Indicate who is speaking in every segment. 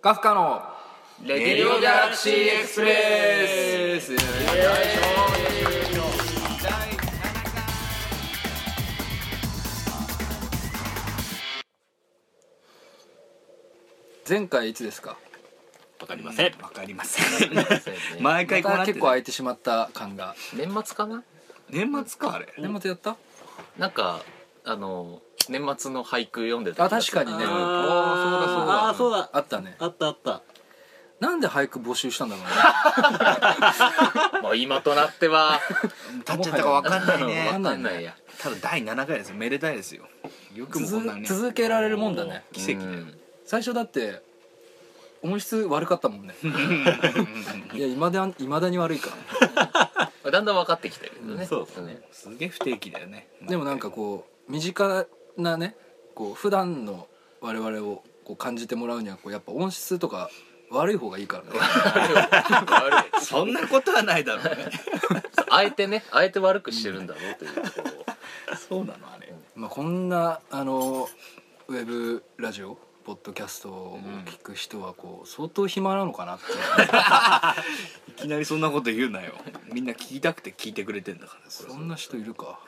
Speaker 1: ガフカのレディオギャラクシーエクスプレス前回いつですか
Speaker 2: わかりません
Speaker 3: わかりません
Speaker 2: 毎回こう
Speaker 1: ま
Speaker 2: なったて
Speaker 1: 結
Speaker 2: る
Speaker 1: 構空いてしまった感が
Speaker 4: 年末かな
Speaker 2: 年末かあれ
Speaker 1: 年末やった
Speaker 4: なんかあの年末の俳句読んでた
Speaker 1: あ確かにね
Speaker 3: あー
Speaker 1: あーそうだそうだ
Speaker 3: あーそうだ
Speaker 1: あったね
Speaker 3: あったあった
Speaker 1: なんで俳句募集したんだ ろうね
Speaker 4: まあ今となっては
Speaker 3: 立っちゃったかわかんない
Speaker 4: わか
Speaker 3: ね
Speaker 4: んないや
Speaker 3: 多分第7回ですよめでたいですよよくもこんな
Speaker 1: 続
Speaker 3: ね
Speaker 1: 続けられるもんだね
Speaker 3: 奇跡だよ
Speaker 4: うん
Speaker 1: 最初だって音質悪かったもん ねいやいまだいまだに悪いか
Speaker 4: だんだん分かってきたけどね
Speaker 3: そうそう
Speaker 4: ね
Speaker 3: すげえ不定期だよ ね
Speaker 1: でもなんかこう身近なねこう普段の我々をこう感じてもらうにはこうやっぱ音質とか悪い方がいいからね
Speaker 4: 悪い
Speaker 3: そんなことはないだろうね
Speaker 4: あえてねあえて悪くしてるんだろうというところを
Speaker 3: そうなのあれ
Speaker 1: まあこんなあのウェブラジオポッドキャストを聞く人はこう相当暇なのかなって
Speaker 3: いきなりそんなこと言うなよみんな聞きたくて聞いてくれてんだから
Speaker 1: そんな人いるか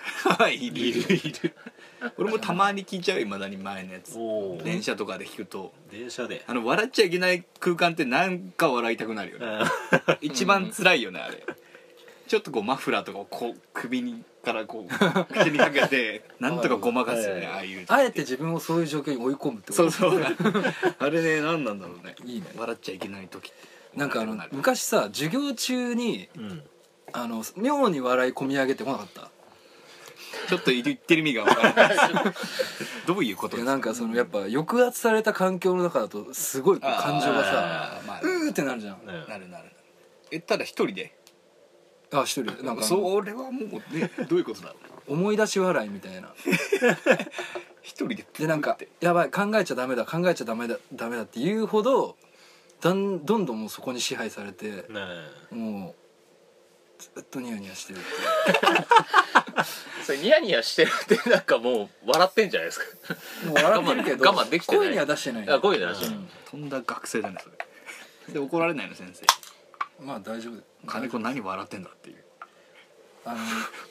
Speaker 3: いるいるいる 俺もたまに聞いちゃういまだに前のやつ電車とかで聞くと
Speaker 2: 電車で
Speaker 3: あの笑っちゃいけない空間ってなんか笑いたくなるよね 一番辛いよねあれちょっとこうマフラーとかをこう首にからこう 口にかけてなんとかごまかすよねああいう
Speaker 1: あえて自分をそういう状況に追い込むってこと
Speaker 3: そうそうあれね何なんだろうね
Speaker 1: いいね
Speaker 3: 笑っちゃいけない時って
Speaker 1: なんかあの
Speaker 3: なる
Speaker 1: 昔さ授業中に
Speaker 2: うん
Speaker 1: あの妙に笑い込み上げてこなかった
Speaker 3: ちょっと言ってる意味が分からない どういうこと
Speaker 1: いや
Speaker 3: ですか
Speaker 1: なんかそのやっぱ抑圧された環境の中だとすごいこう感情がさ
Speaker 3: あーまあ
Speaker 1: うーってなるじゃん
Speaker 3: なるなるえただ一人で
Speaker 1: あ一人でなんかあの
Speaker 3: それはもう ねどういうことだろう
Speaker 1: 思い出し笑いみたいな
Speaker 3: 一人で
Speaker 1: でなんか「やばい考えちゃダメだ考えちゃダメだダメだ」って言うほどだんどんどんもうそこに支配されて
Speaker 2: ね
Speaker 1: もうずっとニヤニヤしてるって
Speaker 4: それニヤニヤしてるってなんかもう笑ってんじゃないですか
Speaker 1: いうもう笑ってるけど
Speaker 4: 我慢できてない
Speaker 1: 声には出してない
Speaker 4: あこういうのらしい
Speaker 1: うん
Speaker 3: とんだ学生だねそれで怒られないの先生
Speaker 1: まあ大丈夫
Speaker 3: 金子何笑ってんだっていう
Speaker 1: あの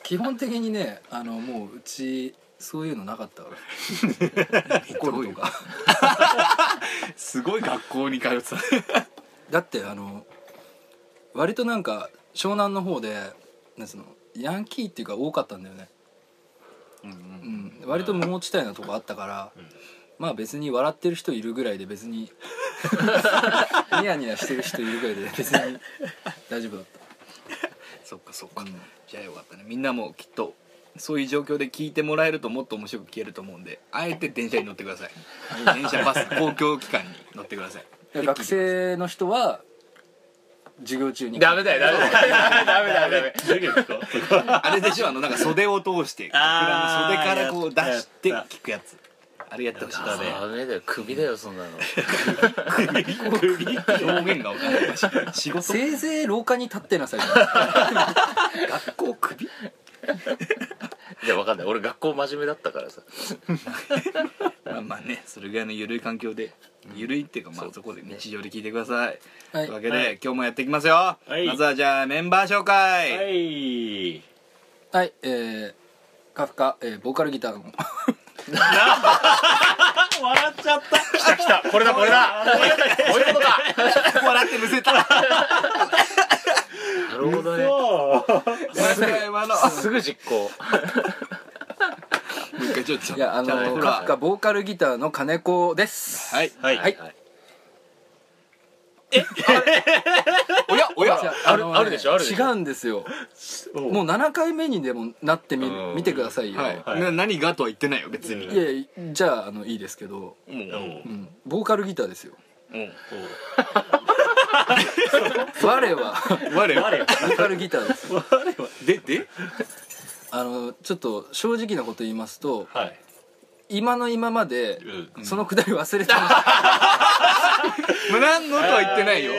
Speaker 1: 基本的にねあのもううちそういうのなかったから 怒るとか
Speaker 3: すごい学校に通ってた
Speaker 1: だってあの割となんか湘南の方でなんつうのヤンキーっていうか多かったんだよね、
Speaker 3: うんう
Speaker 1: うんん、割と無法地帯なとこあったから、まあ別に笑ってる人いるぐらいで別にニヤニヤしてる人いるぐらいで別に大丈夫だっ
Speaker 3: そっかそっか、じゃあよかったねみんなもきっとそういう状況で聞いてもらえるともっと面白く聞けると思うんであえて電車に乗ってください電車バス公共機関に乗ってくださ い
Speaker 1: た学生の人は授業中に
Speaker 4: ダメだよダメだよダメだよダメ
Speaker 2: だけどか
Speaker 3: あれでしょあのなんか袖を通して僕ら
Speaker 2: あー
Speaker 3: の袖からこう出して
Speaker 2: やった
Speaker 3: 聞くやつあれやってほしい
Speaker 2: ダメ
Speaker 4: ダメだよクビだよそんなの
Speaker 3: 表現が分からない仕事
Speaker 1: せいぜい廊下に立ってなさい
Speaker 3: 学校クビ
Speaker 4: いやわかんない俺学校真面目だったからさ
Speaker 3: まあまあねそれぐらいの緩い環境で緩いっていうかまあそこで日常で聞いてください、
Speaker 1: はい
Speaker 3: というわけで、
Speaker 2: はい
Speaker 3: 今日もやっていきますよ、
Speaker 2: はい
Speaker 3: まずはじゃあメンバー紹介、
Speaker 2: はい
Speaker 1: はいえー、カフカ、えーボーカルギターの
Speaker 2: 笑っちゃった
Speaker 4: 来た来たこれだこれだこういうことだ
Speaker 3: 笑ってむせた
Speaker 4: なるほどね
Speaker 2: そう
Speaker 3: ごめんなさい今の
Speaker 4: すぐ実
Speaker 3: もう
Speaker 4: 行
Speaker 3: 一回ちょっと
Speaker 1: いやあの
Speaker 3: ちゃん
Speaker 1: ー
Speaker 3: とほ
Speaker 1: カ
Speaker 3: ら
Speaker 1: フカボーカルギターの金子です
Speaker 3: はい
Speaker 2: はい
Speaker 1: はい
Speaker 3: おやお
Speaker 1: じゃ
Speaker 3: や
Speaker 4: ある
Speaker 1: の
Speaker 4: あるでしょあるでしょ
Speaker 1: 違うんですよ
Speaker 2: お
Speaker 1: もう7回目にでもなってみ
Speaker 4: うん
Speaker 1: 見てくださいよ、、
Speaker 3: はいい、な何がとは言ってないよ別に、
Speaker 1: やいやじゃああのいいですけど、
Speaker 3: もう
Speaker 1: うん、ボーカルギターですよ
Speaker 3: も
Speaker 1: 我は
Speaker 3: う我
Speaker 2: 誰
Speaker 3: 我
Speaker 2: よ
Speaker 1: ボーカルギターです
Speaker 3: でで
Speaker 1: あのちょっと正直なこと言いますと
Speaker 2: はい
Speaker 1: 今の今まで
Speaker 2: う
Speaker 1: そのくだり忘れてました、
Speaker 3: もう何のとは言ってないよ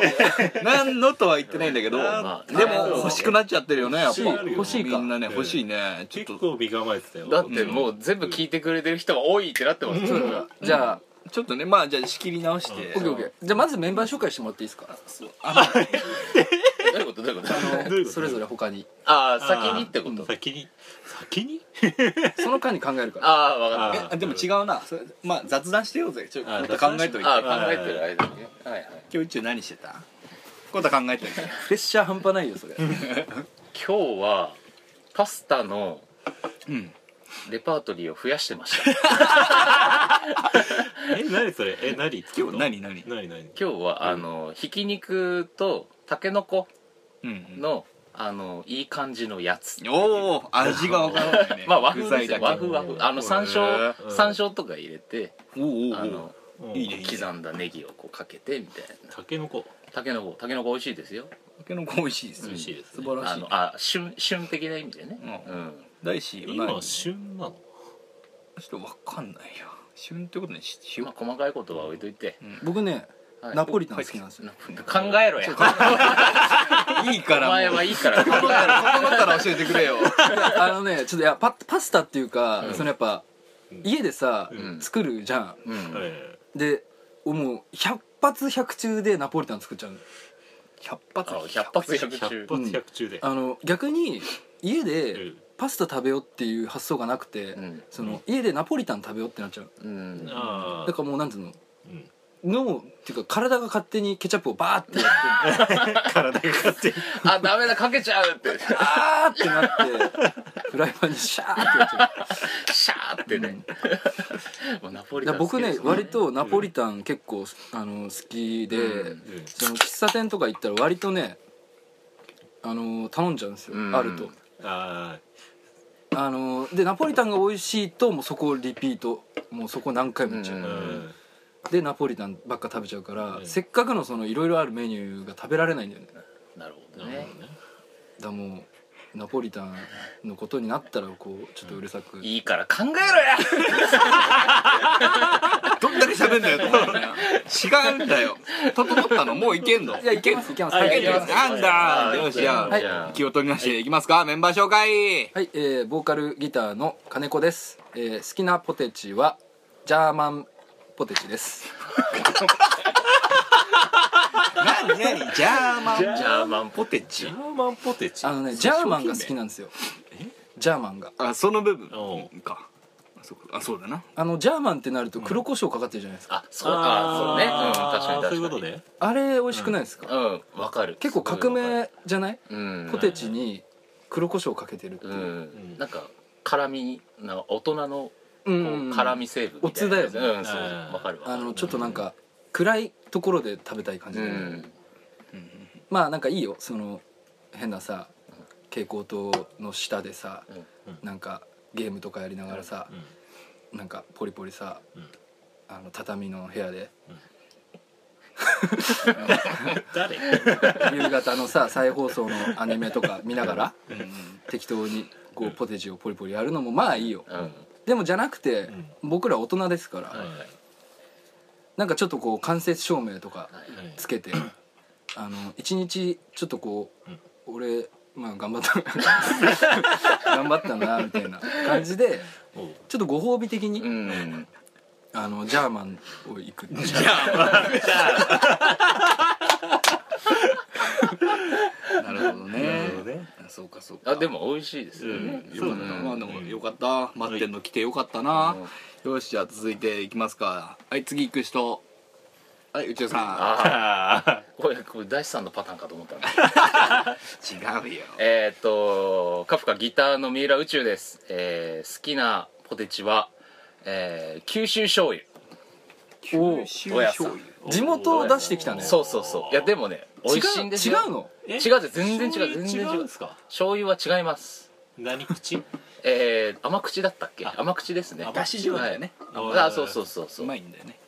Speaker 3: 何のとは言ってないんだけど、
Speaker 4: まあ
Speaker 3: でも欲しくなっちゃってるよねやっぱ
Speaker 2: 欲しい欲しい
Speaker 1: か
Speaker 3: みんなね欲しいねちょっと
Speaker 2: 結構身構えてたよ
Speaker 4: だってもう全部聞いてくれてる人が多いってなってます
Speaker 1: じゃあ
Speaker 3: ちょっとねまあじゃあ仕切り直して、
Speaker 1: オッケーオッケーじゃあまずメンバー紹介してもらっていいですか
Speaker 4: どういうことどういうこと
Speaker 1: あ
Speaker 2: どうい
Speaker 1: の
Speaker 2: うこと
Speaker 1: それぞれ他に
Speaker 4: ああ先にってこ
Speaker 2: あー
Speaker 4: と
Speaker 2: 先に先に
Speaker 1: その間に考えるから
Speaker 4: ああ分かっ
Speaker 2: あ
Speaker 4: た
Speaker 2: ー
Speaker 3: あでも違うなそれまあ雑談してようぜちょっ
Speaker 2: あー
Speaker 3: と考えといて
Speaker 4: あ
Speaker 3: 今
Speaker 4: あ考えてる間にねはいはい
Speaker 3: 日一中何してたコタ考えとい
Speaker 1: プ
Speaker 3: て
Speaker 1: レッシャー半端ないよそれ
Speaker 4: 今日はパスタの
Speaker 3: うん
Speaker 4: レパートリーを増やしてました
Speaker 2: え何それえ何作る
Speaker 3: 今
Speaker 2: の
Speaker 3: 日何何
Speaker 2: 何何
Speaker 4: 今日はあのひき肉とたけのこ
Speaker 3: うんうん
Speaker 4: のあのいい感じのやつ
Speaker 3: おお味がわからないね
Speaker 4: まあ和風で
Speaker 3: 具
Speaker 4: す
Speaker 3: 材
Speaker 4: よ
Speaker 3: だ
Speaker 4: 和
Speaker 3: け
Speaker 4: 風和風あの山椒
Speaker 2: うん
Speaker 4: 山椒とか入れて
Speaker 3: おーお
Speaker 4: あ
Speaker 3: ーお
Speaker 4: の
Speaker 2: うん
Speaker 3: いいね
Speaker 4: 刻んだネギをこうかけてみたいな
Speaker 2: たけのこ
Speaker 4: たけのこたけのこ美味しいですよ
Speaker 3: たけのこ美味しいです
Speaker 2: 美
Speaker 3: ね
Speaker 2: 味しいです
Speaker 3: 素
Speaker 2: ね
Speaker 3: 晴ら
Speaker 4: あ
Speaker 3: しい
Speaker 4: のあ旬旬的な意味でね
Speaker 3: う
Speaker 4: うん
Speaker 3: 大志
Speaker 2: 今
Speaker 3: 何ち
Speaker 2: 旬なの
Speaker 3: ょっとわかんないよ旬ってことねし
Speaker 4: まあ細かいことは置いといて
Speaker 1: 僕ね
Speaker 4: はい
Speaker 1: ナポリタン好きなんですよ
Speaker 4: 考えろや
Speaker 3: いいか
Speaker 4: お前
Speaker 3: らもう
Speaker 4: はいい から考えろ
Speaker 3: 整ったら教えてくれよ
Speaker 1: い やあのねちょっといやパパスタっていうか、そのやっぱ家でさ、
Speaker 4: ん
Speaker 1: 作るじゃん
Speaker 4: うん
Speaker 2: え
Speaker 1: でもう100発100中でナポリタン作っちゃうの
Speaker 3: 百発
Speaker 4: あ百発
Speaker 2: え
Speaker 4: 百中
Speaker 2: 百発百中で
Speaker 1: あの逆に家で
Speaker 2: うん
Speaker 1: パスタ食べようっていう発想がなくて、
Speaker 4: うん
Speaker 1: その家でナポリタン食べようってなっちゃう
Speaker 4: うん
Speaker 2: あ
Speaker 1: だからもうなんていうの
Speaker 2: うん
Speaker 1: 脳っていうか体が勝手にケチャップをバーってやってる
Speaker 2: あ体が勝手に
Speaker 4: あダメだかけちゃうって
Speaker 1: あーってな ってフライパンにシャーってやっちゃう
Speaker 4: シャーってね もうナポリ
Speaker 1: だ
Speaker 4: タ
Speaker 1: から
Speaker 4: ン好き
Speaker 1: 僕
Speaker 4: で
Speaker 1: ね
Speaker 4: す
Speaker 1: 割とナポリタン結構あの好きで、
Speaker 4: うん
Speaker 2: うん
Speaker 1: その喫茶店とか行ったら割とねあの頼んじゃうんですよ、
Speaker 4: うん
Speaker 1: あると
Speaker 2: あ
Speaker 1: あのでナポリタンが美味しいともうそこをリピートもうそこ何回も行っちゃう、
Speaker 4: う
Speaker 2: あうんん
Speaker 1: でナポリタンばっか食べちゃうから、
Speaker 2: うん
Speaker 1: せっかくのそのいろいろあるメニューが食べられないんだよねだか
Speaker 4: なるほど
Speaker 2: なる
Speaker 4: ね
Speaker 2: ほどね
Speaker 1: らもうナポリタンのことになったらこうちょっとうるさく、
Speaker 4: いいから考えろや
Speaker 3: どんだけ喋んだよと思うよね違うんだよ整ったのもういけんの
Speaker 1: いやいけますいけます
Speaker 2: あ
Speaker 1: はいい
Speaker 2: けます
Speaker 3: なんだ
Speaker 4: はい
Speaker 3: よしじゃ
Speaker 1: はい
Speaker 3: あ気を取りましていきますかメンバー紹介
Speaker 1: はいえーボーカルギターの金子です、えー好きなポテチはジャーマンポテチです
Speaker 3: 何何ジャーマン
Speaker 4: ジャーマン
Speaker 3: ポテチ
Speaker 2: ジャーマンポテチ
Speaker 1: あのねジャーマンが好きなんですよジャーマンが
Speaker 3: あその部分
Speaker 2: お
Speaker 3: かあそうかあそうだな
Speaker 1: あのジャーマンってなると黒胡椒かかってるじゃないですか、
Speaker 4: あそうかそうねうん確かに確か
Speaker 2: あーそう
Speaker 4: に
Speaker 2: いうことね
Speaker 1: あれ美味しくないですか、
Speaker 4: うんわかる
Speaker 1: 結構革命じゃない
Speaker 4: うん
Speaker 1: ポテチに黒胡椒をかけてるっていうう、
Speaker 4: んなんか辛みな大人の
Speaker 1: うん
Speaker 4: こう辛み成分みたいなやつ
Speaker 1: おつだよね
Speaker 4: うんそう
Speaker 2: うん
Speaker 4: わかるわ
Speaker 1: あのちょっとなんか暗いところで食べたい感じ
Speaker 4: う
Speaker 1: で、
Speaker 4: ん
Speaker 1: まあなんかいいよその変なさ蛍光灯の下でさ、
Speaker 2: うん
Speaker 1: なんかゲームとかやりながらさ、
Speaker 2: うん
Speaker 1: なんかポリポリさ、
Speaker 2: うん
Speaker 1: あの畳の部屋で
Speaker 2: 誰
Speaker 1: 夕方のさ再放送のアニメとか見ながら適当にこうポテチをポリポリやるのもまあいいよ
Speaker 4: うん
Speaker 1: でもじゃなくて、
Speaker 2: ん
Speaker 1: 僕ら大人ですから、
Speaker 4: はい
Speaker 1: なんかちょっとこう間接照明とか
Speaker 2: はい
Speaker 1: つけて、あの一日ちょっとこう、
Speaker 2: うん
Speaker 1: 俺まあ頑張った 頑張ったなみたいな感じで
Speaker 2: おう
Speaker 1: ちょっとご褒美的に、
Speaker 4: うん
Speaker 1: あのジャーマンを行くっていう
Speaker 3: なるほどね
Speaker 2: なるほどね
Speaker 3: あそうかそうか
Speaker 4: あでも美味しいですよね
Speaker 2: うん
Speaker 3: よかったまあでもよかった待ってんの来てよかったなよしじゃあ続いていきますかはい次行く人はい内田さ
Speaker 4: あ
Speaker 2: あ
Speaker 4: ーこれこれ大師さんのパターンかと思ったんだ
Speaker 3: ん違うよ
Speaker 4: えーっとカフカギターの三浦宇宙ですえー好きなポテチはえー九州醤油
Speaker 3: 九州醤油
Speaker 1: 地元を出してきたね
Speaker 4: そうそうそういやでもね美味しいんですよ
Speaker 1: 違う違うの
Speaker 2: ー
Speaker 4: 違うぜ全然違う全
Speaker 2: 醤
Speaker 4: 然違
Speaker 2: 油違う
Speaker 4: うん
Speaker 2: すか
Speaker 4: 醤油は違います
Speaker 2: 何口
Speaker 4: えー甘口だったっけ
Speaker 2: あ
Speaker 4: 甘口ですね
Speaker 3: だし醤油だよね
Speaker 4: はいあそうそうそうそうう
Speaker 3: まいんだよね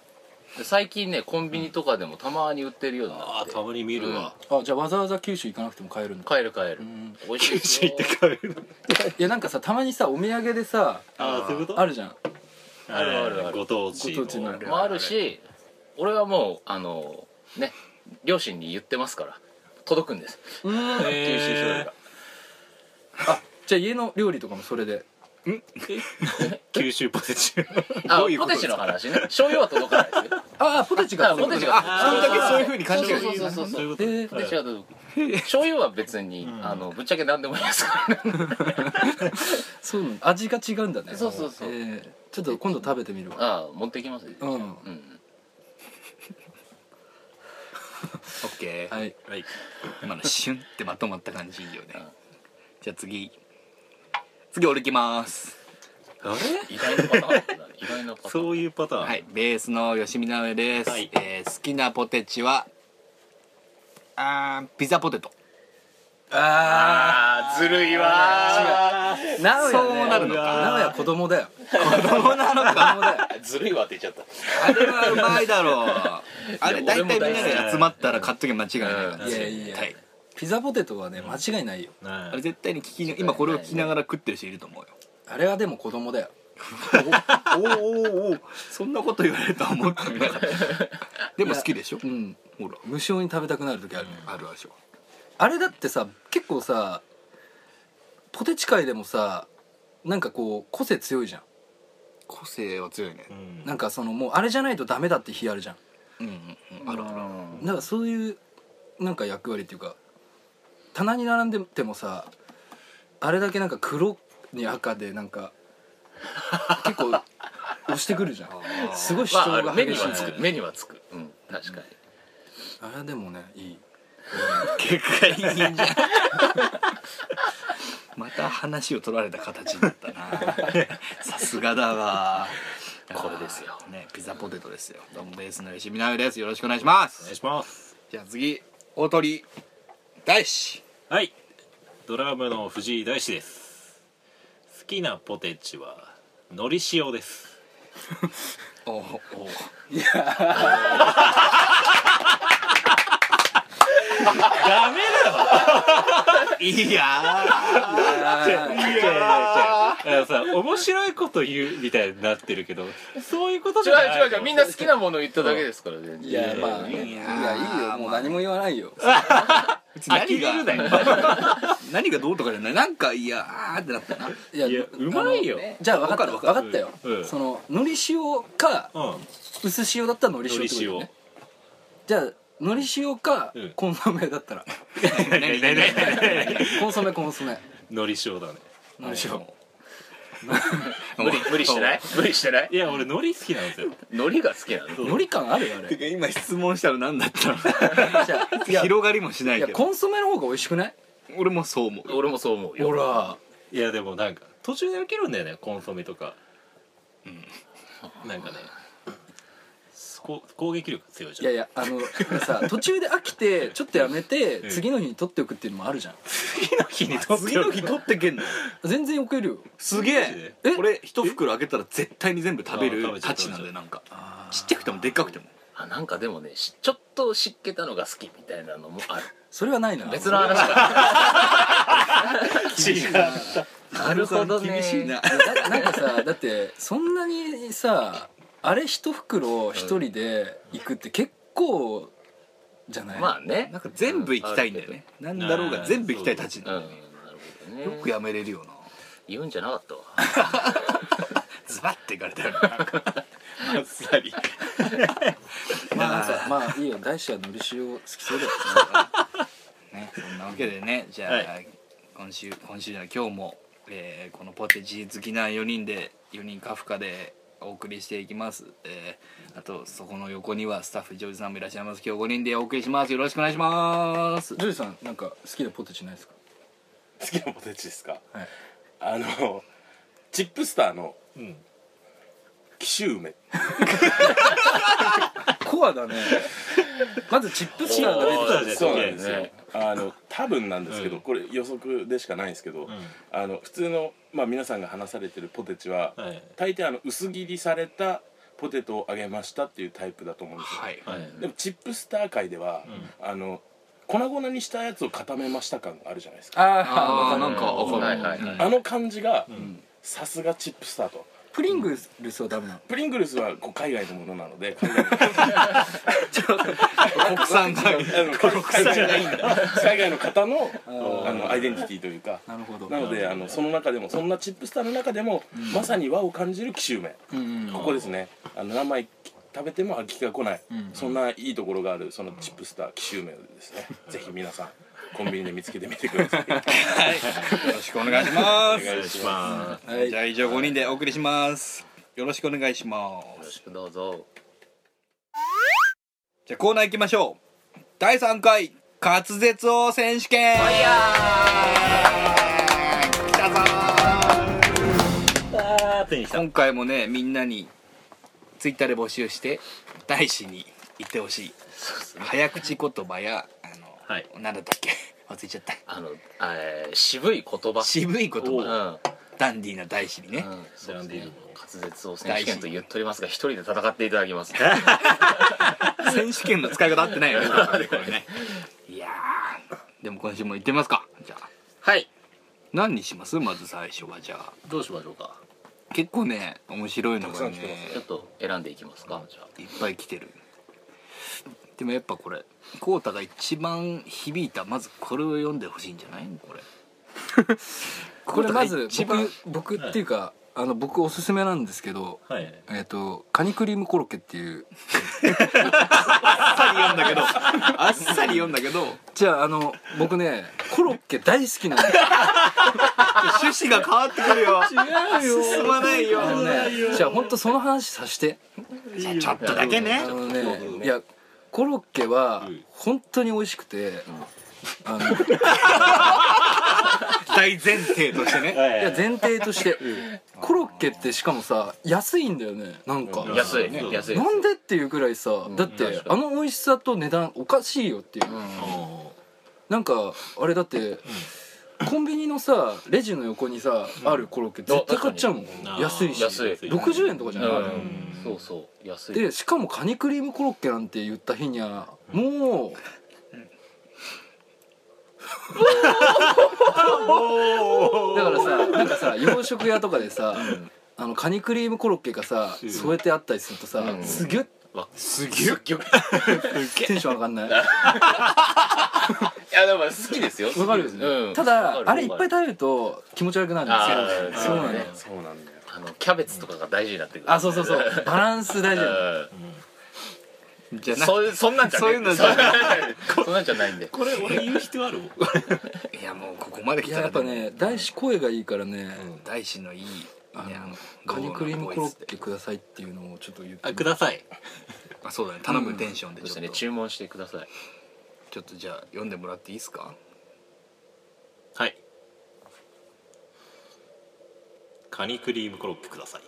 Speaker 4: で最近ねコンビニとかでもたまに売ってるようにな
Speaker 2: あ
Speaker 4: っ
Speaker 2: ー
Speaker 4: て
Speaker 2: たまに見るわ
Speaker 1: あじゃあわざわざ九州行かなくても買えるんだ
Speaker 4: 買える買える 美味しいで
Speaker 2: 九
Speaker 4: す
Speaker 2: 州
Speaker 4: よ
Speaker 2: 行って買うの
Speaker 1: いやなんかさたまにさお土産でさ
Speaker 2: ああそういうこと
Speaker 1: あるじゃん
Speaker 2: あるあ
Speaker 4: ある
Speaker 2: る
Speaker 4: ある
Speaker 2: ご当地
Speaker 1: ご当地の
Speaker 2: の
Speaker 4: もあるし俺はもうあのね両親に言ってますから届くんです
Speaker 1: うん
Speaker 2: へー
Speaker 4: 九州醤油が
Speaker 1: あじゃあ家の料理とかもそれで
Speaker 2: 九州ポテチ
Speaker 4: あ
Speaker 3: どういうこ
Speaker 4: ポ
Speaker 3: とです
Speaker 4: テチ
Speaker 3: か
Speaker 4: の話ね醤油は届かないです よ
Speaker 1: ああポテチが
Speaker 4: あポテチが
Speaker 3: あそんだけそういうふうに勘違い
Speaker 4: そうそうそうそう
Speaker 2: いうこと
Speaker 1: で
Speaker 4: ポテチは届く醤油は別に、あのぶっちゃけ何でもいいですから ね
Speaker 1: そうなの味が違うんだね
Speaker 4: そうそうそう
Speaker 1: えーちょっと今度食べてみるわ
Speaker 4: ああ持ってきますよ
Speaker 1: うん
Speaker 4: うん
Speaker 3: オッケー、
Speaker 1: はい
Speaker 2: はい
Speaker 3: 今のシュンってまとまった感じいいよねじゃあ次次俺いきます
Speaker 2: あ
Speaker 4: 意外なパターンだな意外なパターン
Speaker 2: れそういうパターン
Speaker 3: はいベースの吉見直江です、
Speaker 2: はい
Speaker 3: えー好きなポテチはあーピザポテト
Speaker 1: あ
Speaker 4: あーずるいわ
Speaker 1: あなおやね
Speaker 3: そうなるの
Speaker 2: か
Speaker 1: なおや子供だよ
Speaker 3: 子供なの
Speaker 1: 子供だよ
Speaker 4: ーずるいわって言っちゃっ
Speaker 3: あれはうまいだろうあれ
Speaker 4: いや
Speaker 3: 大体み
Speaker 4: 俺も
Speaker 3: んな
Speaker 4: 大好き
Speaker 3: で集まったら買っときゃ間違いないから
Speaker 1: いやいや
Speaker 3: 絶対
Speaker 1: ピザポテトはね間違いないよ
Speaker 2: は
Speaker 3: あれ絶対に聞きな今これを聞きながら食ってる人いると思うよ
Speaker 1: あれはでも子供だよ
Speaker 3: おーおーおーそんなこと言われるとは思ってみなかったでも好きでしょ
Speaker 1: うん
Speaker 3: ほら
Speaker 1: 無性に食べたくなる時あるね
Speaker 3: あるあるでしょ
Speaker 1: あれだってさ結構さポテチ界でもさなんかこう個性強いじゃん
Speaker 3: 個性は強いね
Speaker 2: うん
Speaker 1: なんかそのもうあれじゃないとダメだって日あるじゃん
Speaker 3: うんうんうん
Speaker 4: た
Speaker 3: あるあ
Speaker 1: だ
Speaker 3: る
Speaker 1: からそういうなんか役割っていうか棚に並んでてもさあれだけなんか黒に赤でなんか結構押してくるじゃんすごい主
Speaker 4: まああ
Speaker 1: 張
Speaker 4: る
Speaker 1: が
Speaker 4: 目に
Speaker 1: 激しい、
Speaker 4: は
Speaker 1: ね
Speaker 4: つく目にはつくうん確かに
Speaker 1: あれはでもねいい
Speaker 3: 結果いいんじゃんまた話を取られた形になったなさすがだわ
Speaker 4: これですよ
Speaker 3: ねピザポテトですよどうもベースの吉見直ですよろしくお願いしま
Speaker 2: お願い
Speaker 3: す
Speaker 2: します
Speaker 3: じゃあ次大鳥大志
Speaker 2: はいドラムの藤井大志です好きなポテチは海苔塩です
Speaker 3: おお
Speaker 2: ダメだ
Speaker 3: いや
Speaker 2: ろ違う違う違うあのさ面白いこと言うみたいになってるけどそういうこと
Speaker 4: 違
Speaker 2: じゃないう
Speaker 4: 違う違うみんな好きなもの言っただけですから全然
Speaker 1: いやまあね
Speaker 2: い
Speaker 1: い
Speaker 2: や
Speaker 1: やいいよもう何も言わないよ
Speaker 3: ー何
Speaker 2: 呆れるなよ
Speaker 3: が 何がどうとかじゃないなんかいやーってなったない
Speaker 1: や
Speaker 2: いやうまいよ
Speaker 1: あのじゃあ分かった
Speaker 3: わ
Speaker 1: 分
Speaker 3: かるわ
Speaker 1: かったよ、
Speaker 2: うん
Speaker 1: そののり塩か
Speaker 2: うん
Speaker 1: 薄塩だったらのり塩ってことだ
Speaker 2: 海苔
Speaker 1: よ
Speaker 2: 塩
Speaker 1: ねじゃあのり塩か、
Speaker 2: うん
Speaker 1: コンソメだった ら
Speaker 3: 何何
Speaker 1: コンソメコンソメ
Speaker 2: 海苔塩だね
Speaker 1: のり塩
Speaker 4: 無理無理してない無理してない
Speaker 2: いや俺海苔好きなんですよ
Speaker 4: 海苔が好きなの
Speaker 1: のり感あるよあれ
Speaker 3: てか今質問したら何だったの
Speaker 1: じゃあいや
Speaker 3: 広がりもしない
Speaker 1: い
Speaker 3: け
Speaker 1: や
Speaker 3: ど
Speaker 1: コンソメの方が美味しくない
Speaker 3: 俺もそう思う
Speaker 4: 俺もそう思うよ
Speaker 1: ほら
Speaker 2: いやでもなんか途中で飽きるんだよねコンソメとかなんかねこ攻撃力強い
Speaker 1: い
Speaker 2: じ
Speaker 1: や
Speaker 2: ゃん
Speaker 1: いやあのさ途中で飽きてちょっとやめて、
Speaker 2: うん
Speaker 1: 次の日に取っておくっていうのもあるじゃん
Speaker 2: 次の日にとって
Speaker 3: 次の日取ってけんの
Speaker 1: 全然置けるよ
Speaker 3: すげえ
Speaker 1: え
Speaker 3: 俺一袋開けたら絶対に全部食べ
Speaker 2: あ食
Speaker 3: る
Speaker 2: べちゃ
Speaker 3: た
Speaker 2: う
Speaker 3: ちなんだよなんか
Speaker 1: あ
Speaker 3: ちっちゃくてもでっかくても
Speaker 4: あなんかでもねしちょっと湿気たのが好きみたいなのもある
Speaker 1: それはないな
Speaker 4: 別の話だ
Speaker 2: 違う
Speaker 4: なるほどね
Speaker 3: 厳しいな
Speaker 1: だなんかさだってそんなにさあれ一袋一人で行くって結構じゃない、
Speaker 4: まあね
Speaker 3: なんか全部行きたいんだよねなんだろうが全部行きたいたち
Speaker 4: うんな
Speaker 3: な
Speaker 4: るほどね
Speaker 3: よくやめれるよな
Speaker 4: 言うんじゃなかったわ
Speaker 3: ズバッていかれたよねなんか
Speaker 2: あっさり
Speaker 1: まあさまあいいよ大志はのり塩好きそうだよ
Speaker 3: ねそんなわけでねじゃあ、
Speaker 2: は
Speaker 3: 今週今週じゃない今日も、えーこのポテチ好きな4人で4人カフカでお送りしていきます、えーあとそこの横にはスタッフジョージさんもいらっしゃいます今日5人でお送りしますよろしくお願いします
Speaker 1: ジョージさんなんか好きなポテチないですか
Speaker 5: 好きなポテチですか
Speaker 1: はい
Speaker 5: あのチップスターの
Speaker 2: うん
Speaker 5: 紀州梅
Speaker 1: コアだねまずチップスターが出てきた
Speaker 2: ね
Speaker 5: そうなんですよ、
Speaker 4: ね
Speaker 5: あの多分なんですけど、
Speaker 2: うん
Speaker 5: これ予測でしかないんですけど、あの普通の、まあ、皆さんが話されてるポテチは、
Speaker 2: はい
Speaker 5: 大抵あの薄切りされたポテトを揚げましたっていうタイプだと思うんですよ、
Speaker 3: はい
Speaker 2: はい
Speaker 5: でもチップスター界では、あの粉々にしたやつを固めました感があるじゃないですか
Speaker 1: あ
Speaker 3: あー
Speaker 1: あ
Speaker 3: なんかわか
Speaker 4: は
Speaker 3: る
Speaker 4: いはいはい
Speaker 3: うん
Speaker 5: あの感じが、さすがチップスターと
Speaker 1: プリングルスはダメなの
Speaker 5: プリングルスはこう海外のものなので海外の
Speaker 3: 国産が
Speaker 5: あの海外海外の方のあのアイデンティティというか
Speaker 1: なるほど
Speaker 5: なのであのその中でもそんなチップスターの中でも、まさに和を感じる紀州麺
Speaker 1: うんうん
Speaker 5: ここですねあの何枚食べても飽きが来ない、
Speaker 1: ん
Speaker 5: そんないいところがあるそのチップスター紀州麺をですねぜひ皆さんコンビニで見つけてみてく ださい
Speaker 3: よろしくお願いしま
Speaker 5: お願い
Speaker 2: しま
Speaker 1: はい
Speaker 3: じゃあ以上5人でお送りしますよろしくお願いしま
Speaker 4: よろ
Speaker 3: す
Speaker 4: しくどうぞ
Speaker 3: じゃあコーナー行きましょう第3回滑舌王選手権来たぞ
Speaker 2: あーついに来た
Speaker 3: 今回もねみんなにツイッターで募集して大使に言ってほしい早口言葉やあの、
Speaker 2: はい
Speaker 3: なんだったっけ忘れちゃった
Speaker 4: あのあれ渋い言葉
Speaker 3: 渋い言
Speaker 4: うん
Speaker 3: 葉ダンディーな大使にね、
Speaker 4: うんそうです
Speaker 2: ダンディー
Speaker 4: ね滑舌を選手権と言っておりますが一人で戦っていただきます
Speaker 3: 選手権の使い方合ってない よね多分ねこれねいやーでも今週も行ってみますかじゃあ
Speaker 4: はい
Speaker 3: 何にしますまず最初はじゃあ
Speaker 4: どうしましょうか
Speaker 3: 結構ね面白いのが
Speaker 5: たくさん来
Speaker 3: ね
Speaker 5: てます
Speaker 4: ちょっと選んでいきますかじゃあ
Speaker 3: いっぱい来てるでもやっぱこれコウタが一番響いたまずこれを読んでほしいんじゃないこれ
Speaker 1: これまず
Speaker 3: 一番
Speaker 1: 僕僕っていうかあの僕おすすめなんですけど
Speaker 2: はい
Speaker 1: えっとカニクリームコロッケっていう
Speaker 3: あっさり読んだけどあっさり読んだけど
Speaker 1: じゃああの僕ねコロッケ大好きなんで
Speaker 3: 趣旨が変わってくるよ進まないよ
Speaker 1: あのねじゃあ本当その話さして
Speaker 3: ちょっとだけね
Speaker 1: あのねいやコロッケは本当に美味しくて、あのい
Speaker 3: 大前提としてね
Speaker 1: や前提としてコロッケってしかもさ安いんだよねなんか
Speaker 2: うん
Speaker 4: 安い
Speaker 2: ね
Speaker 4: 安い
Speaker 1: なんでっていうくらいさ、だって
Speaker 4: 確か
Speaker 1: あの美味しさと値段おかしいよっていう、
Speaker 2: お
Speaker 1: なんかあれだって、コンビニのさレジの横にさ、あるコロッケ絶対買っちゃうもん
Speaker 2: ー
Speaker 1: 安いし
Speaker 4: 安い
Speaker 1: 60円とかじゃない、あれ
Speaker 4: うんそうそう安い
Speaker 1: でしかもカニクリームコロッケなんて言った日にはもうだからさなんかさ洋食屋とかでさ、あのカニクリームコロッケがさ、添えてあったりするとさ、
Speaker 4: うん
Speaker 1: すげえ
Speaker 4: わ
Speaker 1: すげえ テンション上がん ない
Speaker 4: いやでも好きですよ
Speaker 1: わかるよね、
Speaker 4: うん
Speaker 1: た
Speaker 4: わか
Speaker 1: だ
Speaker 4: る
Speaker 1: あれいっぱい食べると気持ち悪くなるんですよそう
Speaker 4: あー
Speaker 1: なのよ
Speaker 5: そうなんだよ
Speaker 4: あのキャベツとかが大事になってくる
Speaker 1: あそうそうそうバランス大事なの
Speaker 3: じゃあな
Speaker 4: そういうそんなんじゃな
Speaker 3: そ
Speaker 4: い
Speaker 3: ういうのじゃ
Speaker 4: そんなんじゃないんで
Speaker 2: これ俺言う必要ある
Speaker 3: いやもうここまで来
Speaker 1: い
Speaker 3: た
Speaker 1: や
Speaker 3: ら
Speaker 1: やっぱね大志声がいいからね、
Speaker 3: 大志のいい
Speaker 1: あの
Speaker 3: ねあの
Speaker 1: カニクリームコロッケくださいっていうのをちょっと言って
Speaker 2: あください
Speaker 3: あそうだね頼むテンションで
Speaker 4: そし
Speaker 3: ち
Speaker 4: て
Speaker 3: ょっ
Speaker 4: ね
Speaker 3: と
Speaker 4: 注文してください
Speaker 3: ちょっとじゃあ読んでもらっていいですか
Speaker 2: はいカニクリームコロッケください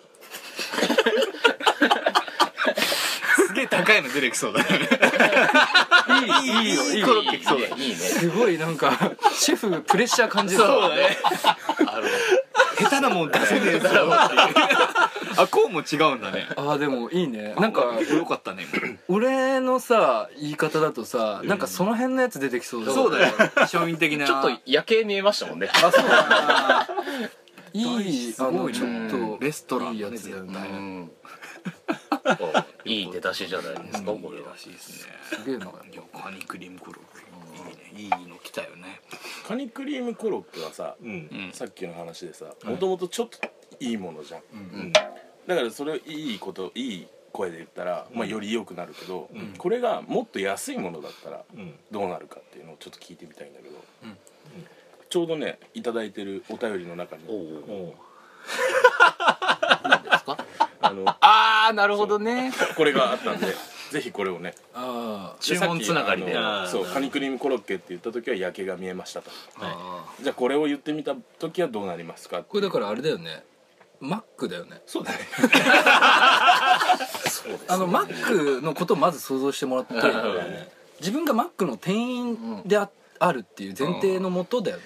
Speaker 3: すげえ高いの出てきそうだねいいいいよいいコロッケきそうだよ
Speaker 4: いい ね
Speaker 1: すごいなんかシェフプレッシャー感じるそうね
Speaker 4: あの
Speaker 3: 下手なもん出せねえぞ あこうも違うんだね
Speaker 1: あーでもいいねなんか
Speaker 3: よかったね
Speaker 1: 俺のさ言い方だとさなんかその辺のやつ出てきそうだ
Speaker 3: そうだ よ庶民的な
Speaker 4: ちょっと夜景見えましたもんね
Speaker 1: いいあのちょっと
Speaker 3: レストラン
Speaker 1: いい
Speaker 3: だ
Speaker 1: や
Speaker 3: ね
Speaker 1: つだよ
Speaker 3: 絶
Speaker 1: ね
Speaker 3: 対
Speaker 4: うんいい出だしじゃないですかこれは
Speaker 3: らしいですね
Speaker 1: すげえない
Speaker 3: やカニクリームコロッケいいねいいの来たよね
Speaker 5: カニクリームコロッケはさ、
Speaker 2: うん
Speaker 5: さっきの話でさもともとちょっといいものじゃん、
Speaker 4: ん
Speaker 5: だからそれをいいこといい声で言ったら、まあ、より良くなるけど、これがもっと安いものだったら
Speaker 2: うん
Speaker 5: どうなるかっていうのをちょっと聞いてみたいんだけど、ちょうどね頂いただいてるお便りの中に
Speaker 4: おお
Speaker 2: おう
Speaker 5: あの
Speaker 4: ああなるほどね
Speaker 5: これがあったんでぜひこれをね
Speaker 1: あ
Speaker 5: で
Speaker 4: 注文つながりで
Speaker 5: さっきあ
Speaker 2: あー
Speaker 5: のそう
Speaker 2: なるほど
Speaker 5: カニクリームコロッケって言った時は夜景が見えましたと
Speaker 2: は
Speaker 5: じゃあこれを言ってみた時はどうなりますか
Speaker 1: これだからあれだよねマックだよね
Speaker 5: そうだね
Speaker 1: あのマックのことをまず想像してもらって自分がマックの店員でああるっていう前提のもとだよね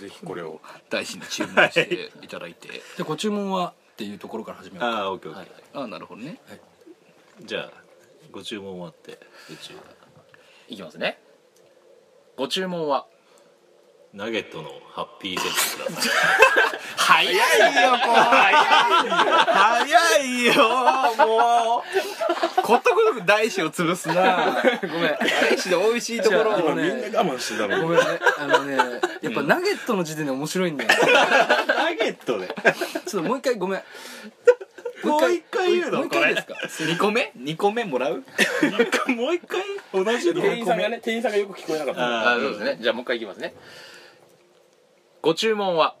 Speaker 5: ぜひこれを
Speaker 3: 大使に注文していただいて
Speaker 1: じゃあご注文はっていうところから始めよう
Speaker 2: ああオッケーオッケ
Speaker 3: ああなるほどね
Speaker 2: ーじゃあご注文終わって宇宙
Speaker 4: いきますねご注文は
Speaker 2: ナゲットのハッピーセットください
Speaker 3: 早いよもうことごとく大志を潰すな
Speaker 1: ごめん
Speaker 3: 大志の美味しいところ
Speaker 1: じゃ
Speaker 5: 今
Speaker 1: あ
Speaker 5: み
Speaker 1: ね
Speaker 5: んな我慢してた
Speaker 1: ご
Speaker 5: の
Speaker 1: めんねあのねやっぱナゲットの時点で面白いんだよ、
Speaker 2: ナゲットで
Speaker 1: ちょっともう一回ごめん
Speaker 2: もう一回言うの
Speaker 1: もう一回ですか
Speaker 3: 2個目2個目もらう
Speaker 2: もう一回同じの
Speaker 5: 店員さんがね店員さんがよく聞こえなかった
Speaker 4: あ
Speaker 2: あ
Speaker 4: そうですねじゃあもう一回いきますねご注文は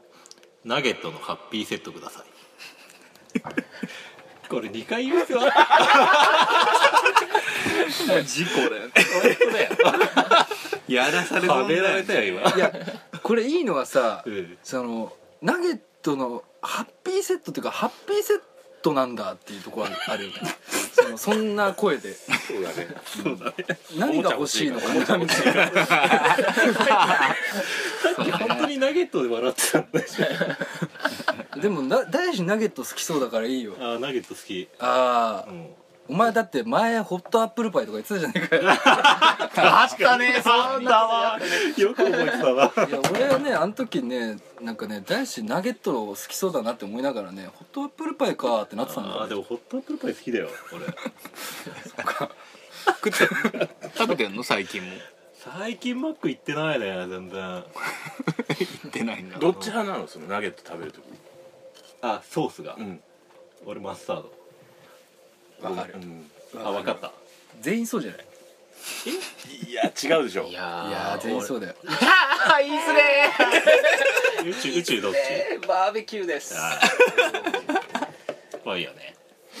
Speaker 2: ーナゲットのハッピーセットくださいこれ2回言う必要ある
Speaker 3: 事故だよねやらされ
Speaker 2: はめら
Speaker 3: だ
Speaker 2: れ
Speaker 3: よ
Speaker 2: たよ今
Speaker 1: いやこれいいのはさ、
Speaker 2: うん
Speaker 1: そのナゲットのハッピーセットっていうかハッピーセットなんだっていうところあるよねそのそんな声で
Speaker 5: そうだね
Speaker 1: 何が欲しいのかなみたいな
Speaker 2: 本当にナゲットで笑ってたんだ
Speaker 1: でもな大志ナゲット好きそうだからいいよ
Speaker 2: あーナゲット好き
Speaker 1: ああ、
Speaker 2: うん
Speaker 1: お前だって前ホットアップルパイとか言ってたじゃないかよ
Speaker 2: あったねそんなわよく覚えてたわ
Speaker 1: いや俺はねあの時ねなんかね大志ナゲット好きそうだなって思いながらねホットアップルパイかーってなってたんだ
Speaker 2: あ
Speaker 1: よ
Speaker 2: ーでもホットアップルパイ好きだよ俺
Speaker 3: 食って食べてんの最近も
Speaker 2: 最近マック行ってないね全然
Speaker 3: 行ってないんだ
Speaker 5: どっち派なのそのナゲット食べるとき
Speaker 2: あソースが、
Speaker 5: ん
Speaker 2: 俺マスタード
Speaker 1: わかる
Speaker 5: うん
Speaker 2: あ分かった
Speaker 1: 全員そうじゃない
Speaker 5: いや違うでしょ
Speaker 4: いやー
Speaker 1: いやー全員そうだよ
Speaker 4: あーいいっすね
Speaker 2: 宇宙宇宙どっち
Speaker 4: ーバーベキューです
Speaker 2: あ ーぽいよね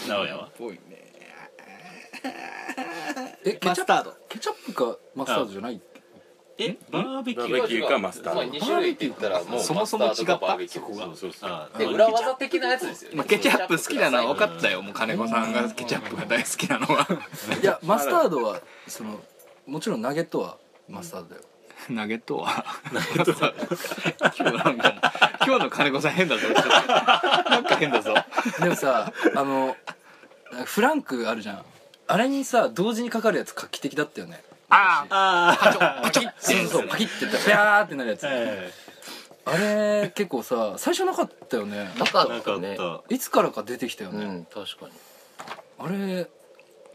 Speaker 2: 直哉は
Speaker 3: ぽいね
Speaker 1: えケチャ
Speaker 3: マ
Speaker 1: ッ
Speaker 3: ス
Speaker 1: プ
Speaker 3: タード
Speaker 1: ケチャップかマスタードじゃない
Speaker 2: えバーベキュ
Speaker 5: バ
Speaker 2: ー
Speaker 5: ーベキューかマスタード
Speaker 4: まあ二種類って言ったらもう
Speaker 3: そもそも
Speaker 4: マスタードかバーベキュー
Speaker 5: そこがそうそう
Speaker 2: あー
Speaker 4: で裏技的なやつですよね、
Speaker 3: まあ、ケチャップ好きだな分かったよ
Speaker 4: うん
Speaker 3: もう金子さんがケチャップが大好きなのは
Speaker 1: いやマスタードはそのもちろんナゲットはマスタードだよ、
Speaker 3: ナゲットは 今日なんか今日の金子さん変だぞちょっとなんか変だぞ
Speaker 1: でもさ あのフランクあるじゃんあれにさ同時にかかるやつ画期的だったよね
Speaker 3: あ
Speaker 2: あ
Speaker 1: パキッそうそうパキッてやったらビャーってなるやつ
Speaker 2: ーえ
Speaker 1: あれ結構さ最初なかったよね
Speaker 4: なか
Speaker 2: ーな
Speaker 4: った
Speaker 2: か
Speaker 4: ね
Speaker 2: っ
Speaker 1: いつからか出てきたよ
Speaker 4: う
Speaker 1: ね、
Speaker 4: ん確かに
Speaker 1: あれ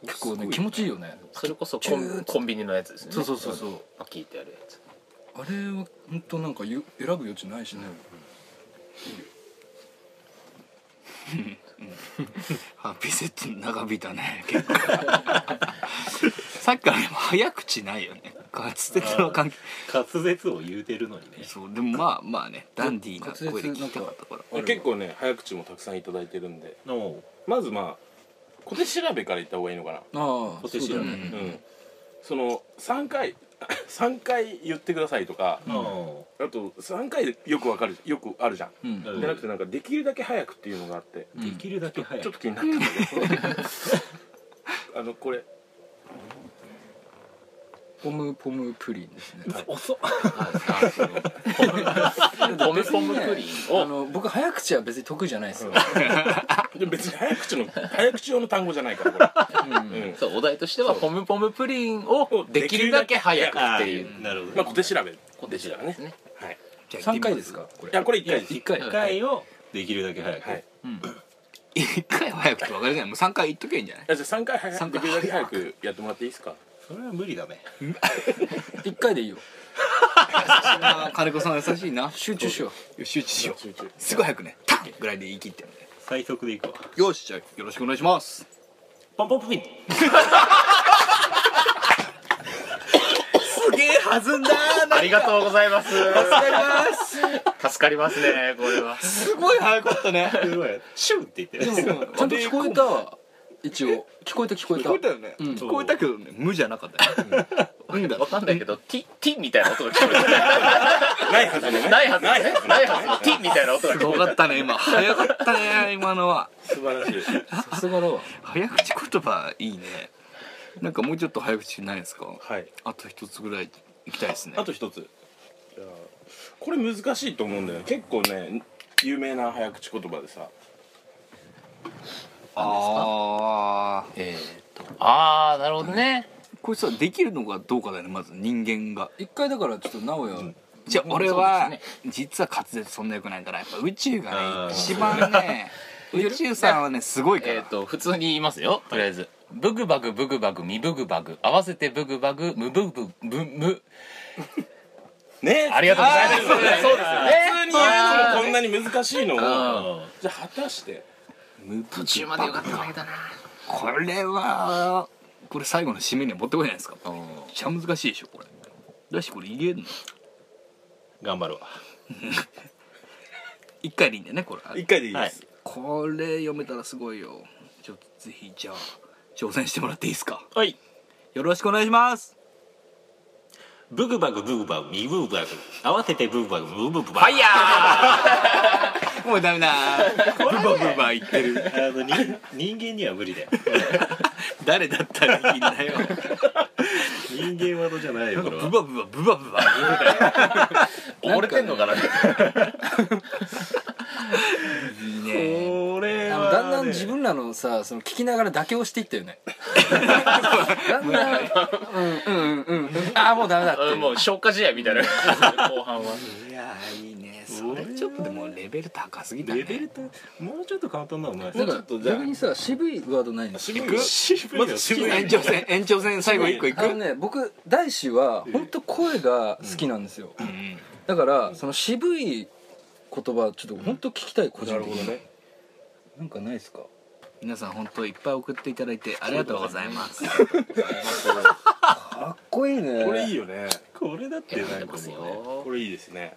Speaker 1: 結構ね気持ちいいよね
Speaker 4: それこそコ
Speaker 1: チュー
Speaker 4: ンコンビニのやつですね
Speaker 1: そうそうそうそう
Speaker 4: パキってやるやつ
Speaker 1: あれは本当なんかゆ選ぶ余地ないしね、
Speaker 3: ハッピーセット長引いたね結構さっきからでも早口ないよね滑舌の関係
Speaker 2: た滑舌を言うてるのにね
Speaker 3: そうでもまあまあねダンディーな声で聞きたかったから
Speaker 5: 結構ね早口もたくさんいただいてるんで
Speaker 2: の
Speaker 5: まずまあ小手調べからいった方がいいのかな
Speaker 1: ああ
Speaker 2: 小手
Speaker 1: そうだよ
Speaker 2: 調べ
Speaker 1: ね
Speaker 5: うん、その3回 3回言ってくださいとか、
Speaker 2: の
Speaker 5: あと3回でよくわかるよくあるじゃん、
Speaker 1: うん
Speaker 2: うん
Speaker 5: じゃなくてなんかできるだけ早くっていうのがあって、
Speaker 2: できるだけ早
Speaker 5: ちょっ
Speaker 2: く
Speaker 5: と気になってるんだけど あのこれ
Speaker 1: ポムポムプリンです ね
Speaker 2: 遅っ
Speaker 4: ポムポムプリン
Speaker 1: あの僕早口は別に得意じゃないですよ、
Speaker 5: でも別に早口の早口用の単語じゃないからこれ、うん
Speaker 4: そうお題としてはポムポムプリンをできるだけ早くっていう
Speaker 2: なるほ
Speaker 5: ま
Speaker 2: ど
Speaker 5: あ小手調べ
Speaker 4: 小手調べですね
Speaker 5: はい
Speaker 1: 3回ですかこ
Speaker 5: いやこれ1回です
Speaker 1: 1回
Speaker 2: 1回をできるだけ早く
Speaker 5: はい
Speaker 3: 一回早くって分かりづらいもう3回言っとけばいいんじゃない
Speaker 5: あじゃあ3回早
Speaker 3: 三
Speaker 5: くで
Speaker 3: 回
Speaker 5: きるだけ早くやってもらっていいですか
Speaker 2: それは無理だね
Speaker 1: 1回でいいよ
Speaker 3: あー金子さん優しいな
Speaker 1: 集中しよ
Speaker 3: よし集中しよ
Speaker 5: 集中
Speaker 3: うすごい早くねタンぐらいで言い切ってるんで
Speaker 2: 最速でいくわ
Speaker 3: よしじゃあよろしくお願いします
Speaker 2: ポンポンポピン
Speaker 3: すげえはずんだ
Speaker 4: ありがとうございます
Speaker 3: ます
Speaker 4: 助かりますねこれは
Speaker 3: すごい早かったね
Speaker 2: すごいシュンって言って
Speaker 1: うでもちゃんと聞こえたわ一応聞こえた聞こえ
Speaker 3: 聞
Speaker 1: た
Speaker 3: こえたよね、
Speaker 1: ん
Speaker 3: 聞こえたけどね無じゃなかったよ、 うん、だ
Speaker 4: わかんないけど「 ティ」ティみたいな音が聞こえる
Speaker 5: ないはず ね
Speaker 4: ないはずだねないはずティみたいな音が聞
Speaker 3: す
Speaker 4: こ
Speaker 3: ごかったね今早かったね今のは
Speaker 5: 素晴らしい
Speaker 1: さすがだわ
Speaker 3: 早口言葉いいねなんかもうちょっと早口ないですか
Speaker 5: はい
Speaker 3: あと一つぐらいいきたいですね
Speaker 5: あと一つじゃあこれ難しいと思うんだよね結構ね有名な早口言葉でさ
Speaker 3: あーえ
Speaker 4: えるああなるほどね
Speaker 3: ーこれさできるのがどうかだよねまず人間が
Speaker 1: 1回だからちょっと直哉、
Speaker 3: じゃあ俺
Speaker 4: そう
Speaker 3: は、
Speaker 4: です
Speaker 3: 実は滑舌そんな良くないからやっぱ宇宙が
Speaker 2: あー
Speaker 3: ね一番ね宇宙さんはねすごいか
Speaker 4: えっ
Speaker 3: ら
Speaker 4: と普通に言いますよとりあえずブグバグブグバグミブグバグ合わせてブグバグムブブブ ム
Speaker 5: ね
Speaker 4: ありがとうございます
Speaker 5: そうですよね普通に言うのもこんなに難しいのを
Speaker 4: ん
Speaker 5: じゃあ果たして
Speaker 4: 途中までよか ったんだけどな
Speaker 3: これはこれ最後の締めには持ってこいじゃないですかめっちゃ難しいでしょこれだしこれ入れるの
Speaker 2: 頑張るわ
Speaker 3: 一回でいいんだよねこれ
Speaker 5: 一回でいいです
Speaker 3: これ読めたらすごいよちょっとぜひじゃあ挑戦してもらっていいですか
Speaker 2: はい
Speaker 3: よろしくお願いします
Speaker 2: ブグバグブグバグミブグバグ合わせてブグバグムブブバ
Speaker 4: ファ
Speaker 2: グ
Speaker 4: イヤ
Speaker 3: もうダメ だブバブバ言ってる
Speaker 2: あのに人間には無理だよ
Speaker 3: 誰だったらいいんだよ
Speaker 2: 人間技じゃないよこれ
Speaker 3: ブバ
Speaker 2: は
Speaker 3: ブバブバブバ
Speaker 4: ー溺れてんのかな
Speaker 3: いいね
Speaker 2: これ
Speaker 1: あ
Speaker 2: は
Speaker 1: の
Speaker 2: ね
Speaker 1: だんだん自分らのさその聞きながら妥協していったよ ねだんだんうんうんうんうんああもうダメだって
Speaker 4: うんもう消化試合みたいな 後半はい
Speaker 3: やいいねそれちょっとでもレベル高すぎたね
Speaker 2: レベルともうちょっと簡単なのない
Speaker 1: なんか逆にさ渋いワードないの
Speaker 5: 渋いよ
Speaker 2: 渋いよ
Speaker 5: まず渋い
Speaker 3: 延長戦 延長戦最後一個いく
Speaker 1: あのね僕大志は本当声が好きなんですよ、だからその渋い言葉ちょっと本当聞きたい個人的にな,、んかないですか
Speaker 3: 皆さん本当いっぱい送っていただいてありがとうございます
Speaker 1: かっこいいね
Speaker 5: これいいよね
Speaker 2: これだってなん
Speaker 4: で
Speaker 2: か
Speaker 4: ます
Speaker 2: もうね
Speaker 4: よ
Speaker 5: これいいですね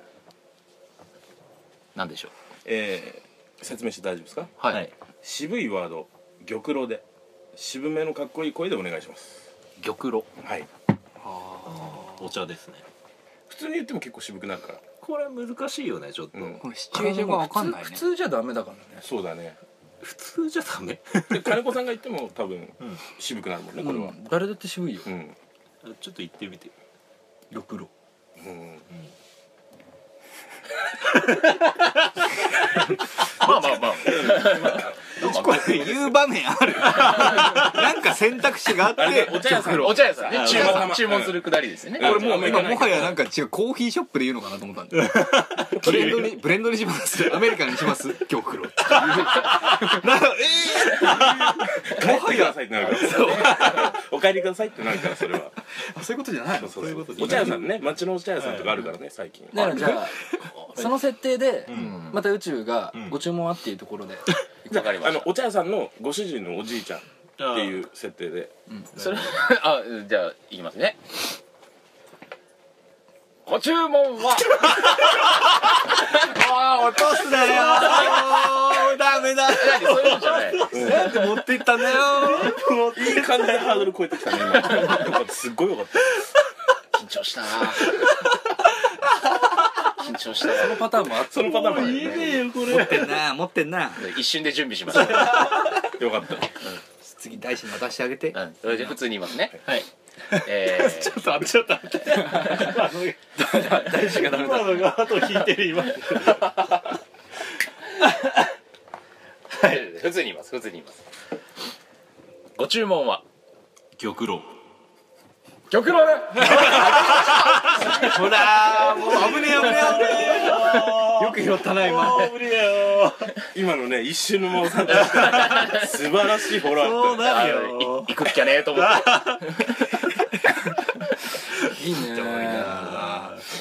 Speaker 4: なんでしょう
Speaker 5: えー説明して大丈夫ですか
Speaker 4: はい
Speaker 5: 渋いワード玉露で渋めのかっこいい声でお願いします
Speaker 4: 玉露
Speaker 5: はい
Speaker 2: お茶ですね
Speaker 5: 普通に言っても結構渋くなるから
Speaker 2: これ難しいよねちょっと
Speaker 5: うん
Speaker 3: このシチュエーションが分かんないね
Speaker 1: 普通普通じゃダメだからね
Speaker 5: そうだね
Speaker 2: 普通じゃダメ
Speaker 5: で金子さんが言っても多分
Speaker 2: ん
Speaker 5: 渋くなるもんねこれは
Speaker 1: うん誰だって渋いよ
Speaker 5: うん
Speaker 2: ちょっと言ってみて
Speaker 1: 玉露
Speaker 5: うん
Speaker 4: まあまあまあ
Speaker 3: これ言う場面あ るなんか選択肢があって
Speaker 5: あれねお茶屋さん
Speaker 4: お茶屋さんね
Speaker 5: あ
Speaker 4: 注
Speaker 5: まあま
Speaker 4: 文
Speaker 5: あ
Speaker 4: 注文するくだりですよね
Speaker 5: うん
Speaker 3: これも
Speaker 5: あんま
Speaker 3: う
Speaker 5: 行か
Speaker 3: 今
Speaker 5: ない
Speaker 3: もはやなんか違うコーヒーショップで言うのかなと思った んだよブレンドにブレンドにしますアメリカンにします玉露っていうなんかえー、もは
Speaker 5: 帰ってくだ
Speaker 3: や
Speaker 5: さいってなるから お帰りくださいってなるからそれ は
Speaker 3: あそういうことじゃないの
Speaker 5: そう
Speaker 2: そういう
Speaker 5: そ
Speaker 2: こ
Speaker 5: う
Speaker 2: とじゃない
Speaker 5: お茶屋さんね町のお茶屋さんとかあるからね最近
Speaker 1: だからじゃあその設定で
Speaker 4: ん
Speaker 1: また宇宙が
Speaker 2: ん
Speaker 1: ご注文あっていうところで
Speaker 4: わかりま
Speaker 5: あ
Speaker 4: し
Speaker 5: のお茶屋さんのご主人のおじいちゃんって
Speaker 2: あ
Speaker 5: いう設定で
Speaker 4: たそれ あじゃあいきますねご注文 は
Speaker 3: あ落とすなよダメだ
Speaker 4: 何そういうのじゃない
Speaker 3: なんで持っていったんだよ
Speaker 5: いい感じでハードル超えてきたね今よ かったすっごいよかった
Speaker 4: 緊張したな 緊張したわ
Speaker 1: パターンもあって
Speaker 5: そのパターンもあるよね
Speaker 3: 持ってんな持ってんな
Speaker 4: 一瞬で準備しました
Speaker 5: よかった
Speaker 3: 次大志に渡してあげて
Speaker 4: うん、それで普通に言いますね。
Speaker 2: はい
Speaker 4: えー、ちょっと
Speaker 3: 大志がダメだ
Speaker 2: 今のが後引いてる今
Speaker 4: 普通に言います。普通に言います。ご注文は
Speaker 2: 玉露
Speaker 4: 玉露ね。
Speaker 3: ほらもう危ねえ危ねえよく拾ったな今
Speaker 2: 無理だよ
Speaker 5: 今のね一瞬の間を探して素晴らしいフォローアップ
Speaker 2: な
Speaker 4: 行くっきゃねえと思 って。
Speaker 1: いいね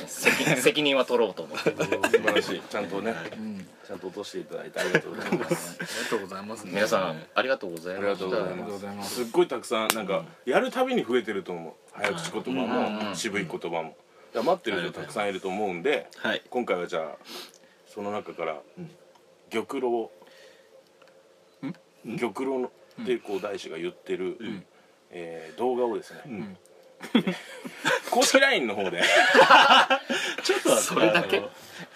Speaker 4: 責責任は取ろうと思って。
Speaker 5: 素晴らしいちゃんとね、ちゃんと落としていただいてありがとうございます
Speaker 3: ありがとうございますね
Speaker 4: 皆さんありがとうございました。
Speaker 5: すすっごいたくさんなんかやるたびに増えてると思う早口言葉も渋い言葉もだから待ってる人たくさんいると思うんで
Speaker 2: はい
Speaker 5: 今回はじゃあその中から玉露を玉露のってこう大師が言ってる、えー動画をですね、公式 LINE の方で
Speaker 2: ちょっと待ってそれだけ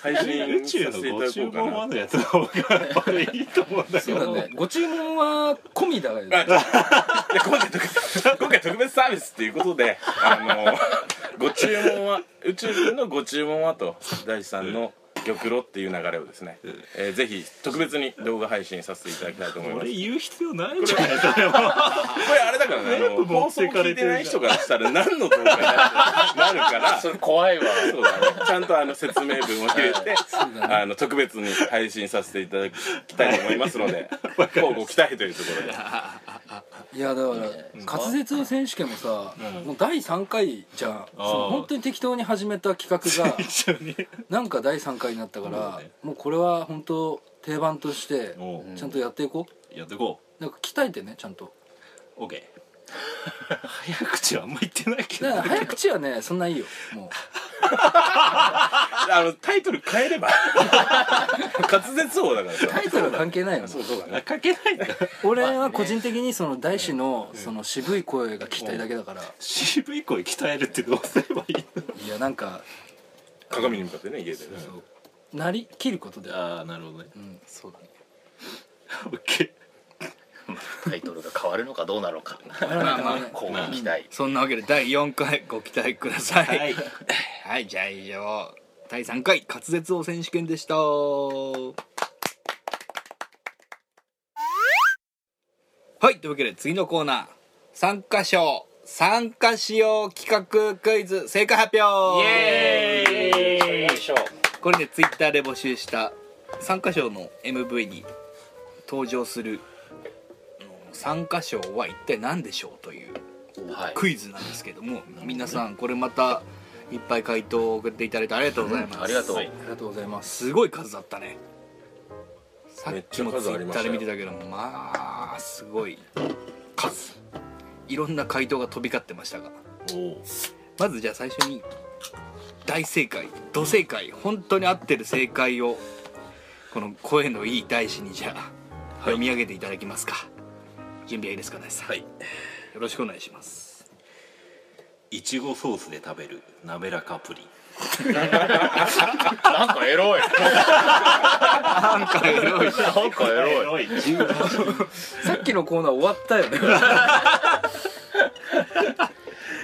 Speaker 5: 配
Speaker 2: 宇
Speaker 5: 信
Speaker 2: 宙
Speaker 5: させてい
Speaker 2: のご
Speaker 5: ただこ
Speaker 2: 注
Speaker 5: うか
Speaker 2: 文
Speaker 5: な
Speaker 2: はのやつの方がこれいいと思うんだけ
Speaker 1: そう
Speaker 2: ど
Speaker 1: だねご注文は込みだからね
Speaker 5: で今回特別今回特別サービスっていうことであのご注文は宇宙人のご注文はと大地さんの玉露っていう流れをですね、えーぜひ特別に動画配信させていただきたいと 思います
Speaker 2: 俺
Speaker 5: こ
Speaker 2: 言う必要ないんじゃないそれも
Speaker 5: れあれだからねあの
Speaker 2: 全部持
Speaker 5: 放
Speaker 2: っ
Speaker 5: 送
Speaker 2: てか
Speaker 5: 聞
Speaker 2: れ
Speaker 5: い
Speaker 2: て
Speaker 5: て
Speaker 2: る
Speaker 5: ない人からしたら何の動画だってなるから
Speaker 4: そ
Speaker 5: そう
Speaker 4: れ怖いわ。
Speaker 5: だねちゃんとあの説明文を入れて
Speaker 1: そうだね
Speaker 5: あの特別に 配信させていただきたいと思いますので乞うご期待というところで
Speaker 1: いやだから
Speaker 4: いいんじゃないですか
Speaker 1: 滑舌選手権もさ、もう第3回じゃんそ
Speaker 2: あー
Speaker 1: の本当に適当に始めた企画 がなんか第3回になったから、
Speaker 2: ね
Speaker 1: もうこれは本当定番として
Speaker 2: おう
Speaker 1: ちゃんとやっていこう
Speaker 2: やっていこ
Speaker 1: なんか鍛えてねちゃん と
Speaker 2: う OK 早口はあんま言ってないけど
Speaker 1: だから早口はねそんないいよも
Speaker 5: あのタイトル変えれば 滑舌王だから
Speaker 1: う タ
Speaker 5: さ
Speaker 1: イトルは関係ないよね
Speaker 5: そうそうだね
Speaker 2: 書けないんだ
Speaker 1: 俺は個人的にその大志のその渋い声が聞きたいだけだから
Speaker 2: 渋い声鍛えるってどうすればいいの
Speaker 1: いやなんか
Speaker 5: 鏡に向かってね家でね
Speaker 1: そうなりきることで
Speaker 2: ああなるほどね
Speaker 1: うん
Speaker 4: そうだね
Speaker 2: OK
Speaker 4: タイトルが変わるのかどうなのか
Speaker 1: あれなんかね
Speaker 4: こう期待
Speaker 3: そんなわけで第4回ご期待ください
Speaker 2: は
Speaker 3: はいい、じゃあ以上第3回滑舌王選手権でしたはいというわけで次のコーナー参加賞参加しよう企画クイズ正解発表
Speaker 4: イよいしょ
Speaker 3: これねツイッターで募集した参加賞の MV に登場するうん参加賞は一体何でしょうという
Speaker 4: はい
Speaker 3: クイズなんですけども皆さんこれまたいっぱい回答を送っていただいてありがとうございます、
Speaker 4: ありがとう
Speaker 2: はい
Speaker 1: ありがとうございます
Speaker 3: すごい数だったねさ
Speaker 5: め
Speaker 3: っ
Speaker 5: っ
Speaker 3: き
Speaker 5: ちゃ
Speaker 3: もツイ
Speaker 5: 数あり
Speaker 3: ッ
Speaker 5: ま
Speaker 3: ター
Speaker 5: した
Speaker 3: で
Speaker 5: よ
Speaker 3: 見てたけどもまあすごい数いろんな回答が飛び交ってましたが
Speaker 2: おう
Speaker 3: まずじゃあ最初に大正解土正解本当に合ってる正解をこの声のいい大使にじゃあ読み上げていただきますか、準備はいいですか大使さん、
Speaker 2: はい
Speaker 3: よろしくお願いします
Speaker 2: いちごソースで食べる滑らかプリン
Speaker 4: なんかエロい
Speaker 3: なんかエロい
Speaker 4: なんかエロい
Speaker 2: ロい
Speaker 1: さっきのコーナー終わったよね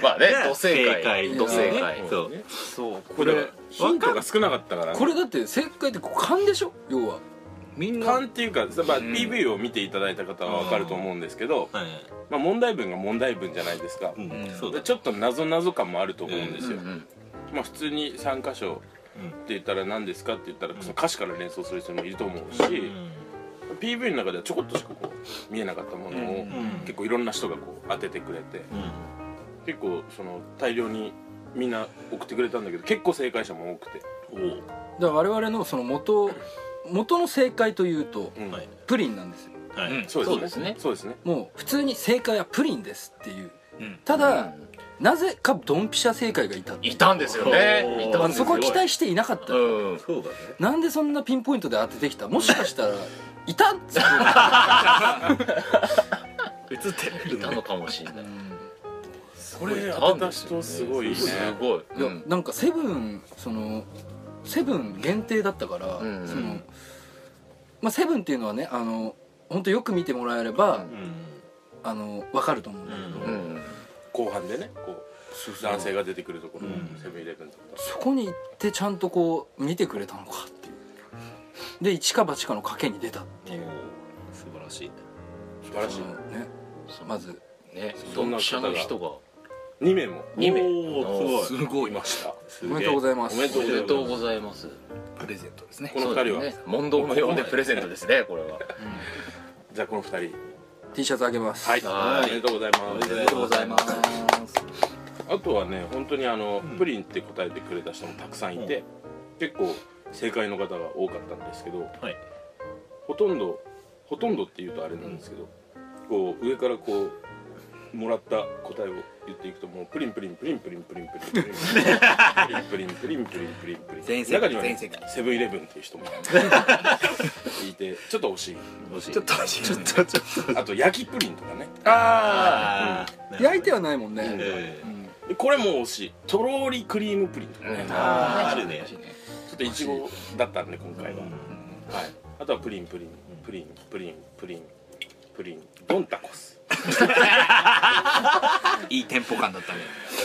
Speaker 4: まあね土正解
Speaker 2: 正解
Speaker 4: 土正
Speaker 5: そ
Speaker 4: 解
Speaker 5: う
Speaker 2: そう
Speaker 3: そうこ
Speaker 5: こ
Speaker 3: れ
Speaker 5: れヒントが少なかったからね
Speaker 1: これだって正解ってこう勘でしょ要は
Speaker 3: みんな
Speaker 5: 勘っていうか、まあ、PV を見ていただいた方は分かると思うんですけど、
Speaker 2: はい
Speaker 5: まあ、問題文が問題文じゃないですか、
Speaker 2: うん
Speaker 3: うん
Speaker 2: そうだ
Speaker 5: でちょっと謎謎感もあると思うんですよ、
Speaker 4: うん
Speaker 5: まあ、普通に3箇所
Speaker 2: うん
Speaker 5: って言ったら何ですかって言ったら、その歌詞から連想する人もいると思うし、PV の中ではちょこっとしかこう見えなかったものを、
Speaker 2: ん
Speaker 5: 結構いろんな人がこう当ててくれて、
Speaker 2: うん
Speaker 5: 結構その大量にみんな送ってくれたんだけど結構正解者も多くて、
Speaker 2: おう
Speaker 1: だから我々のその元元の正解というと
Speaker 5: うん
Speaker 2: はい
Speaker 1: プリンなんですよ
Speaker 2: はい
Speaker 3: うん
Speaker 5: そう
Speaker 4: そう
Speaker 5: で
Speaker 4: ですす
Speaker 5: ね
Speaker 4: ね
Speaker 5: そうですね
Speaker 1: もう普通に正解はプリンですっていう
Speaker 3: うん
Speaker 1: ただ、
Speaker 4: うん
Speaker 1: なぜかドンピシャ正解がいた
Speaker 4: いたんですよね
Speaker 2: おー
Speaker 4: いたんです
Speaker 1: そ
Speaker 4: よ
Speaker 1: こは期待していなかった、
Speaker 4: うん
Speaker 2: そうだね
Speaker 1: なんでそんなピンポイントで当ててきたもしかしたらいたんですよ
Speaker 2: 映って
Speaker 4: いたのかもしれない
Speaker 5: これ
Speaker 4: 当た
Speaker 5: 当た
Speaker 4: っ
Speaker 5: ったた
Speaker 4: 人
Speaker 5: 人
Speaker 4: す
Speaker 5: す
Speaker 4: ご
Speaker 5: ごいね
Speaker 4: すごい
Speaker 1: いやなんかセブンそのセブン限定だったから、
Speaker 4: うん
Speaker 1: そのまあセブンっていうのはねあの本当よく見てもらえれば、
Speaker 4: うん
Speaker 2: うん
Speaker 1: あのわかると思うんだけど、
Speaker 4: う
Speaker 2: うん
Speaker 5: 後半でねこ
Speaker 1: そう
Speaker 5: う
Speaker 1: そう
Speaker 5: 男性が出てくるところ、
Speaker 2: うん
Speaker 5: セブンイレブンとか
Speaker 1: そこに行ってちゃんとこう見てくれたのかっていうで一か八かの賭けに出た
Speaker 2: おう素晴らしい
Speaker 5: 素晴らしい
Speaker 1: そのねまず
Speaker 4: ね
Speaker 5: そ
Speaker 4: ド
Speaker 5: ん
Speaker 4: ン
Speaker 5: な
Speaker 4: ピシャ
Speaker 5: 方が
Speaker 4: の人が
Speaker 5: 2名も
Speaker 4: 二名
Speaker 2: おうすご
Speaker 3: す
Speaker 2: い
Speaker 3: ご
Speaker 5: い
Speaker 3: い
Speaker 5: ました
Speaker 2: す
Speaker 1: お
Speaker 2: げえ
Speaker 1: めでとうございます
Speaker 5: おめで
Speaker 4: おめでとうございます
Speaker 3: プレゼントですね
Speaker 5: この二人は、
Speaker 4: そうですね問答無用でプレゼントですねこれは
Speaker 5: じゃあこの二人
Speaker 1: T シャツあげます
Speaker 5: はい、
Speaker 4: はい
Speaker 5: おめでとうございま
Speaker 2: おめでと
Speaker 5: す
Speaker 2: うございます
Speaker 5: あとはね本当にあの、
Speaker 2: ん
Speaker 5: プリンって答えてくれた人もたくさんいて、結構正解の方が多かったんですけど
Speaker 2: はい
Speaker 5: ほとんどほとんどっていうとあれなんですけど、こう上からこうもらった答えを言っていくともうプリンプリンプリンプリンプリンプリンプリンプリンプリンプリンプリンプリンプリン
Speaker 3: 全世界
Speaker 5: 中にはね
Speaker 3: 全世界
Speaker 5: セブンイレブンっていう人もいてちょっと惜しい
Speaker 2: 欲しい
Speaker 3: ちょっとちょっと
Speaker 2: ちょっと
Speaker 5: あと焼きプリンとかね
Speaker 2: ああ
Speaker 1: 焼いてはないもんね、
Speaker 2: ええ
Speaker 5: でこれも惜しいとろりクリームプリンとかね、
Speaker 2: あーあるね
Speaker 5: ちょっといちごだったんで今回は、
Speaker 2: うん
Speaker 5: はいあとはプリンプリンプリンプリンプリンプリンドンタコス
Speaker 3: いいテンポ感だったね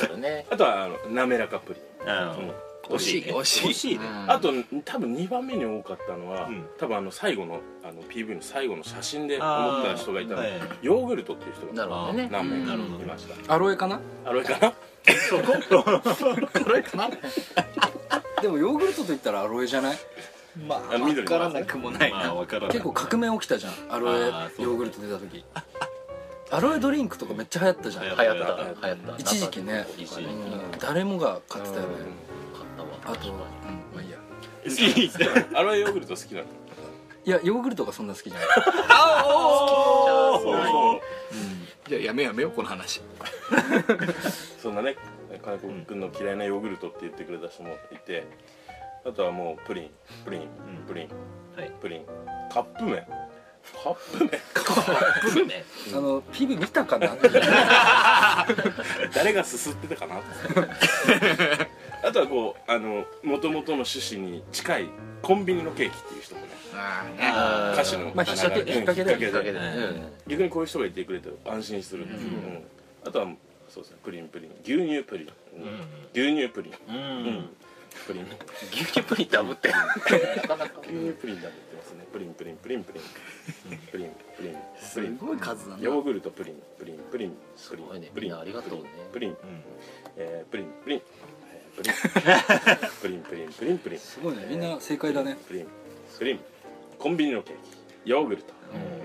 Speaker 4: そうね
Speaker 5: あとはあの滑らかプリン
Speaker 2: あ
Speaker 5: うん
Speaker 2: の惜しいね
Speaker 3: 惜しい
Speaker 2: 惜しいね
Speaker 5: あと多分2番目に多かったのは、
Speaker 2: うん
Speaker 5: 多分あの最後のあの PV の最後の写真で思
Speaker 2: あー
Speaker 5: った人がいたの
Speaker 2: はい
Speaker 5: でヨーグルトっていう人
Speaker 4: な
Speaker 5: が
Speaker 4: るほどね
Speaker 5: 何名
Speaker 2: な
Speaker 5: か
Speaker 2: るほど
Speaker 5: いました
Speaker 1: アロエかな
Speaker 5: あれか な
Speaker 1: でもヨーグルトといったらアロエじゃない
Speaker 3: まあ
Speaker 5: あの緑
Speaker 3: 分
Speaker 5: の
Speaker 3: からなくもない
Speaker 2: まあわからない
Speaker 1: 結構革命起きたじゃんアロエ
Speaker 2: あーそう
Speaker 1: ヨーグルト出た時アロエドリンクとかめっちゃ流行ったじゃん
Speaker 2: 流行
Speaker 4: 流行った流行った
Speaker 1: 一時期ね
Speaker 4: 一時期
Speaker 1: うん誰もが買ってたよね
Speaker 4: 買った
Speaker 1: あと、
Speaker 4: わ
Speaker 1: う
Speaker 4: 確
Speaker 1: ん
Speaker 4: かに、
Speaker 1: まあいいや
Speaker 5: アロエヨーグルト好きなの
Speaker 1: いやヨーグルトがそんな好きじゃない
Speaker 4: あ
Speaker 5: そう
Speaker 4: ー
Speaker 5: そう
Speaker 3: じゃあやめやめようこの話
Speaker 5: そんなね金子君の嫌いなヨーグルトって言ってくれた人もいてあとはもうプリンプリン
Speaker 2: うん
Speaker 5: プリン、
Speaker 2: はい
Speaker 5: プリンカップ麺カップ麺
Speaker 2: そうね
Speaker 1: あの PV 見たかな
Speaker 5: 誰がすすってたかな あとはこうあの元々の趣旨に近いコンビニのケーキっていう人もね
Speaker 3: ああ
Speaker 4: あー
Speaker 5: 歌手の
Speaker 1: まあ引っ掛け
Speaker 5: うん
Speaker 1: 引っ掛けだよね
Speaker 5: 引っ
Speaker 4: だけ
Speaker 5: 掛
Speaker 4: で
Speaker 5: けで
Speaker 4: ね
Speaker 5: 逆にこういう人がいてくれて安心するっていう、うんあとはそうですねプリンプリン牛乳プリン、うん牛乳プリン
Speaker 2: うんうん
Speaker 5: うんプリン
Speaker 4: 牛乳プリンダブってなかなか
Speaker 5: 牛乳プリンだって言ってますねプリンプリンプリンプリンプリンプリンプ
Speaker 3: す
Speaker 5: リン
Speaker 3: ごい数だな
Speaker 5: ヨーグルトプリンプリンプリン
Speaker 4: す
Speaker 5: プリン
Speaker 4: ごいね
Speaker 5: プ
Speaker 4: み
Speaker 5: リ
Speaker 4: ん
Speaker 5: ン
Speaker 4: なありがとうね
Speaker 5: プリン
Speaker 2: うん
Speaker 5: えープリンプリンえープリンプリンプリンプリンプリン
Speaker 1: すごいねみんな正解だ ね
Speaker 5: プリンプリンコンビニのケーキヨーグルト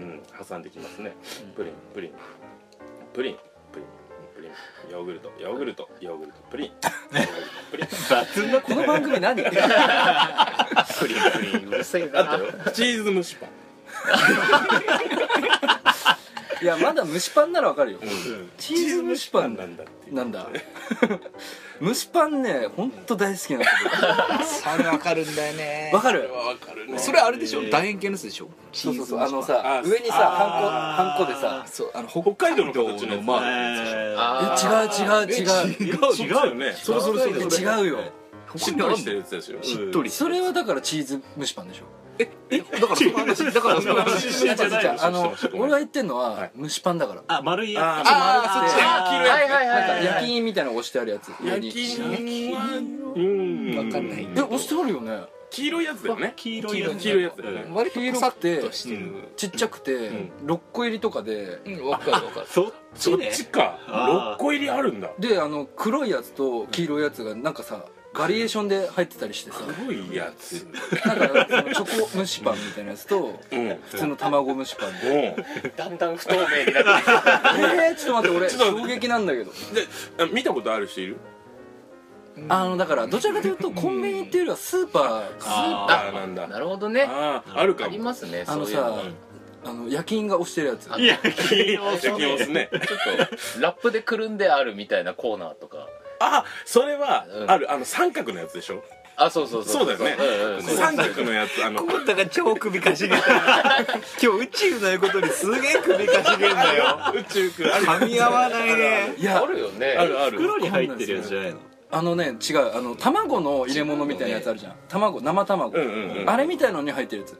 Speaker 5: うん挟んできますねプリンプリンプリンプリンプリンヨーグルトヨーグルトヨーグルトプリンヨーグルトプリン
Speaker 1: この番組何
Speaker 4: プリンプリンうるせえ
Speaker 5: あ
Speaker 4: な
Speaker 5: とよチーズ蒸しパン
Speaker 1: いやまだ蒸しパンならわかるよ、チーズ蒸しパン
Speaker 5: なんだっていう
Speaker 1: なんだ 蒸しパンね本当大好きなんだ
Speaker 3: それわかるんだよ
Speaker 1: け
Speaker 3: ね
Speaker 1: どわかる
Speaker 5: わかるね
Speaker 3: それあれでしょ楕円形のやつでしょ
Speaker 1: そうそうそうあの
Speaker 5: パ
Speaker 1: さ
Speaker 5: ン
Speaker 1: 上にさ
Speaker 2: あ
Speaker 1: ハンコハンコでさ
Speaker 3: そうあの
Speaker 5: 北海道の
Speaker 3: 北
Speaker 5: 形
Speaker 3: 海
Speaker 5: の
Speaker 3: 道
Speaker 5: や
Speaker 3: の
Speaker 5: つ
Speaker 3: まあ
Speaker 2: えー
Speaker 4: あ
Speaker 1: 違う違う違う
Speaker 5: 違
Speaker 2: 違う
Speaker 5: うよね
Speaker 3: それそれそれそれ
Speaker 1: 違うよ
Speaker 5: しっとりしてるやつですよ
Speaker 3: しっとり
Speaker 1: それはだからチーズ蒸しパンでしょ
Speaker 3: えだからその話だからその話
Speaker 1: 違う違
Speaker 2: じゃな
Speaker 1: う違う
Speaker 2: い
Speaker 5: の
Speaker 1: あの
Speaker 5: そうそうそう
Speaker 1: 俺が言ってんの
Speaker 5: は
Speaker 1: はい蒸しパンだから
Speaker 2: あ丸いやつ
Speaker 1: あ丸くて
Speaker 4: はいはい
Speaker 1: なんか
Speaker 4: はい
Speaker 1: 焼き印みたいなのが押してあるやつ上に
Speaker 5: 焼き芋はうん
Speaker 3: わかんない
Speaker 1: え押してあるよね
Speaker 5: 黄色いやつだよね
Speaker 2: 黄色いやつ
Speaker 5: 黄色いやつだよね
Speaker 2: うん
Speaker 3: 割と
Speaker 1: 黄
Speaker 3: ピ
Speaker 1: 色
Speaker 3: サ
Speaker 1: く
Speaker 3: ッと
Speaker 1: て
Speaker 3: してる
Speaker 1: ちっちゃくて
Speaker 5: う
Speaker 1: 6個入りとかで
Speaker 3: うんわかるわかる
Speaker 2: そっ
Speaker 5: そ
Speaker 2: ち
Speaker 5: っ
Speaker 2: ね
Speaker 5: ちか
Speaker 2: あー
Speaker 5: 6個入りあるんだ
Speaker 1: であの黒いやつと黄色いやつがなんかさバリエーションで入ってたりしてさ
Speaker 5: 黒いやつ
Speaker 1: なんかそのチョコ蒸しパンみたいなやつと
Speaker 5: うんうん
Speaker 1: 普通の卵蒸しパンで
Speaker 4: だんだん不透明になってき
Speaker 1: えー、ちょっと待って俺
Speaker 5: ちょっと
Speaker 1: 衝撃なんだけど
Speaker 5: であ見たことある人いる
Speaker 1: あのだからどちらかというとコンビニっていうよりはスーパーか
Speaker 2: あ
Speaker 5: あーなん
Speaker 4: た
Speaker 5: だ
Speaker 4: なるほどねあ
Speaker 5: あーあるか
Speaker 4: り
Speaker 5: も
Speaker 4: ますね
Speaker 1: あ
Speaker 4: そ
Speaker 1: の
Speaker 4: ういうの
Speaker 1: さあの夜勤が押してるやつ
Speaker 2: いや黄色
Speaker 5: 焼きますね
Speaker 4: ちょっとラップでくるんであるみたいなコーナーとか
Speaker 5: あそれは
Speaker 4: うん
Speaker 5: あるあの三角のやつでしょ
Speaker 4: あそうそう
Speaker 5: そ
Speaker 4: そう
Speaker 5: うだよ
Speaker 4: うんうん
Speaker 5: ね三角のやつあの
Speaker 3: コンタが超首かしげた今日宇宙の言うことにすげえ首かしげんだよ
Speaker 5: 宇宙くんある
Speaker 3: 噛み合わないね
Speaker 1: いや
Speaker 4: あるよね
Speaker 5: あるある
Speaker 2: 袋に入ってるやつじゃないの
Speaker 1: あのね違うあの卵の入れ物みたいなやつあるじゃん卵生卵、
Speaker 5: うんうんうん
Speaker 1: あれみたいのに入ってるやつ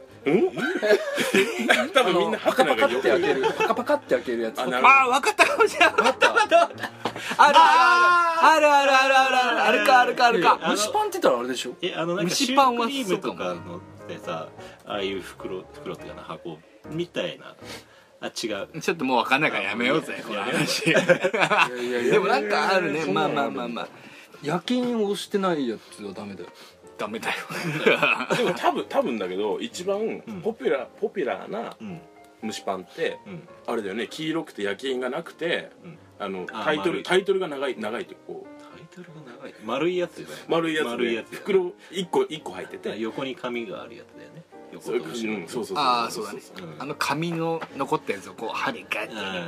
Speaker 5: 多
Speaker 1: あ
Speaker 5: 分み
Speaker 1: の
Speaker 5: んな
Speaker 1: パカパ
Speaker 5: 白菜
Speaker 1: カ
Speaker 5: が
Speaker 1: って
Speaker 5: よ
Speaker 1: 開け
Speaker 5: く
Speaker 1: るパカパカって開けるやつ
Speaker 5: あなるほ
Speaker 3: ああ分かったかもしれない
Speaker 1: あった
Speaker 3: あるあるあるあるあるあるあるあるかあるかある
Speaker 1: い
Speaker 3: か
Speaker 1: や蒸しパンって言ったらあれでしょ
Speaker 2: えあのなんか
Speaker 3: 蒸
Speaker 2: シ
Speaker 3: し
Speaker 2: ュ
Speaker 3: パン
Speaker 2: ー
Speaker 3: は
Speaker 2: クリームと
Speaker 3: そ
Speaker 2: か
Speaker 3: うか
Speaker 2: のでさああいう袋袋っていうかな箱みたいなあ違う
Speaker 3: ちょっともう分かんないからやめようぜこの話
Speaker 1: いやいや
Speaker 3: でもなんかあるねまあまあまあまあ
Speaker 1: 夜勤を押してないやつはダメだよ
Speaker 3: ダメだよ
Speaker 5: でも多分多分だけど一番
Speaker 2: ん
Speaker 5: ポピュラーポピュラーな
Speaker 2: うん
Speaker 5: 蒸しパンって
Speaker 2: うん
Speaker 5: あれだよね黄色くて焼き印がなくて
Speaker 2: うん
Speaker 5: あの
Speaker 2: あー
Speaker 5: タイト
Speaker 2: 丸
Speaker 5: ル
Speaker 2: い
Speaker 5: タイトルが長い長いってこう
Speaker 2: タイトルが長い丸いやつじゃない
Speaker 5: 丸いやつ
Speaker 2: 丸い
Speaker 5: で
Speaker 2: やつ
Speaker 5: 袋一個一個入ってて
Speaker 2: 横に紙があるやつだよね横
Speaker 5: そう
Speaker 2: と
Speaker 5: うん
Speaker 2: 後ろに
Speaker 5: そうそうそう
Speaker 3: ああそうだね
Speaker 2: うん
Speaker 3: あの紙の残ったやつをこう針ガッて
Speaker 2: うん
Speaker 3: 針ガッ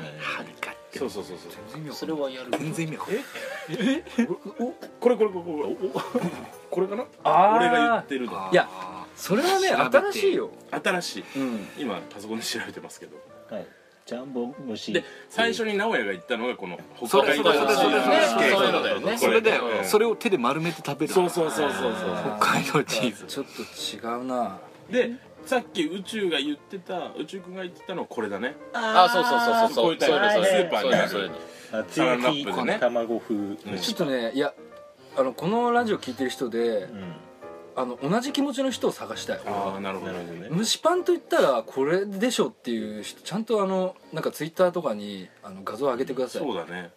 Speaker 3: て
Speaker 5: そうそうそうそう
Speaker 4: それはやる
Speaker 3: 全然意味わかんない
Speaker 5: これこれこれこれこれかな俺が言ってるの
Speaker 1: いや
Speaker 3: あ
Speaker 1: それはね
Speaker 3: 調べて
Speaker 1: 新しいよ
Speaker 5: 新しい
Speaker 1: うん
Speaker 5: 今パソコンで調べてますけど
Speaker 2: はいジャンボ虫
Speaker 5: で最初に名古屋が行ったのがこの
Speaker 3: そ
Speaker 5: 北
Speaker 3: れ
Speaker 5: 海
Speaker 3: それ
Speaker 5: 道
Speaker 3: それそれ
Speaker 4: ねそういうのだよ
Speaker 3: そ
Speaker 4: ね
Speaker 3: れそれだよそ
Speaker 5: れ
Speaker 3: れを手で丸めて食べる
Speaker 5: そうそうそうそうそう
Speaker 3: 北海道チーズ
Speaker 1: ちょっと違うな
Speaker 5: でさっき宇宙が言ってた宇宙くんが言ってたのはこれだね
Speaker 4: あそうそうそうそうそうそういうのそういうのそういう
Speaker 5: こういうタイプ
Speaker 4: の
Speaker 2: あ
Speaker 5: サランラップでね
Speaker 2: 卵風
Speaker 1: ちょっとねいやあのこのラジオ聞いてる人で
Speaker 2: うん
Speaker 1: あの同じ気持ちの人を探したい
Speaker 5: ああなるほど
Speaker 2: なるほどね
Speaker 1: 蒸しパンと言ったらこれでしょっていう人ちゃんとあのなんかツイッターとかにあの画像上げてください
Speaker 5: そうだね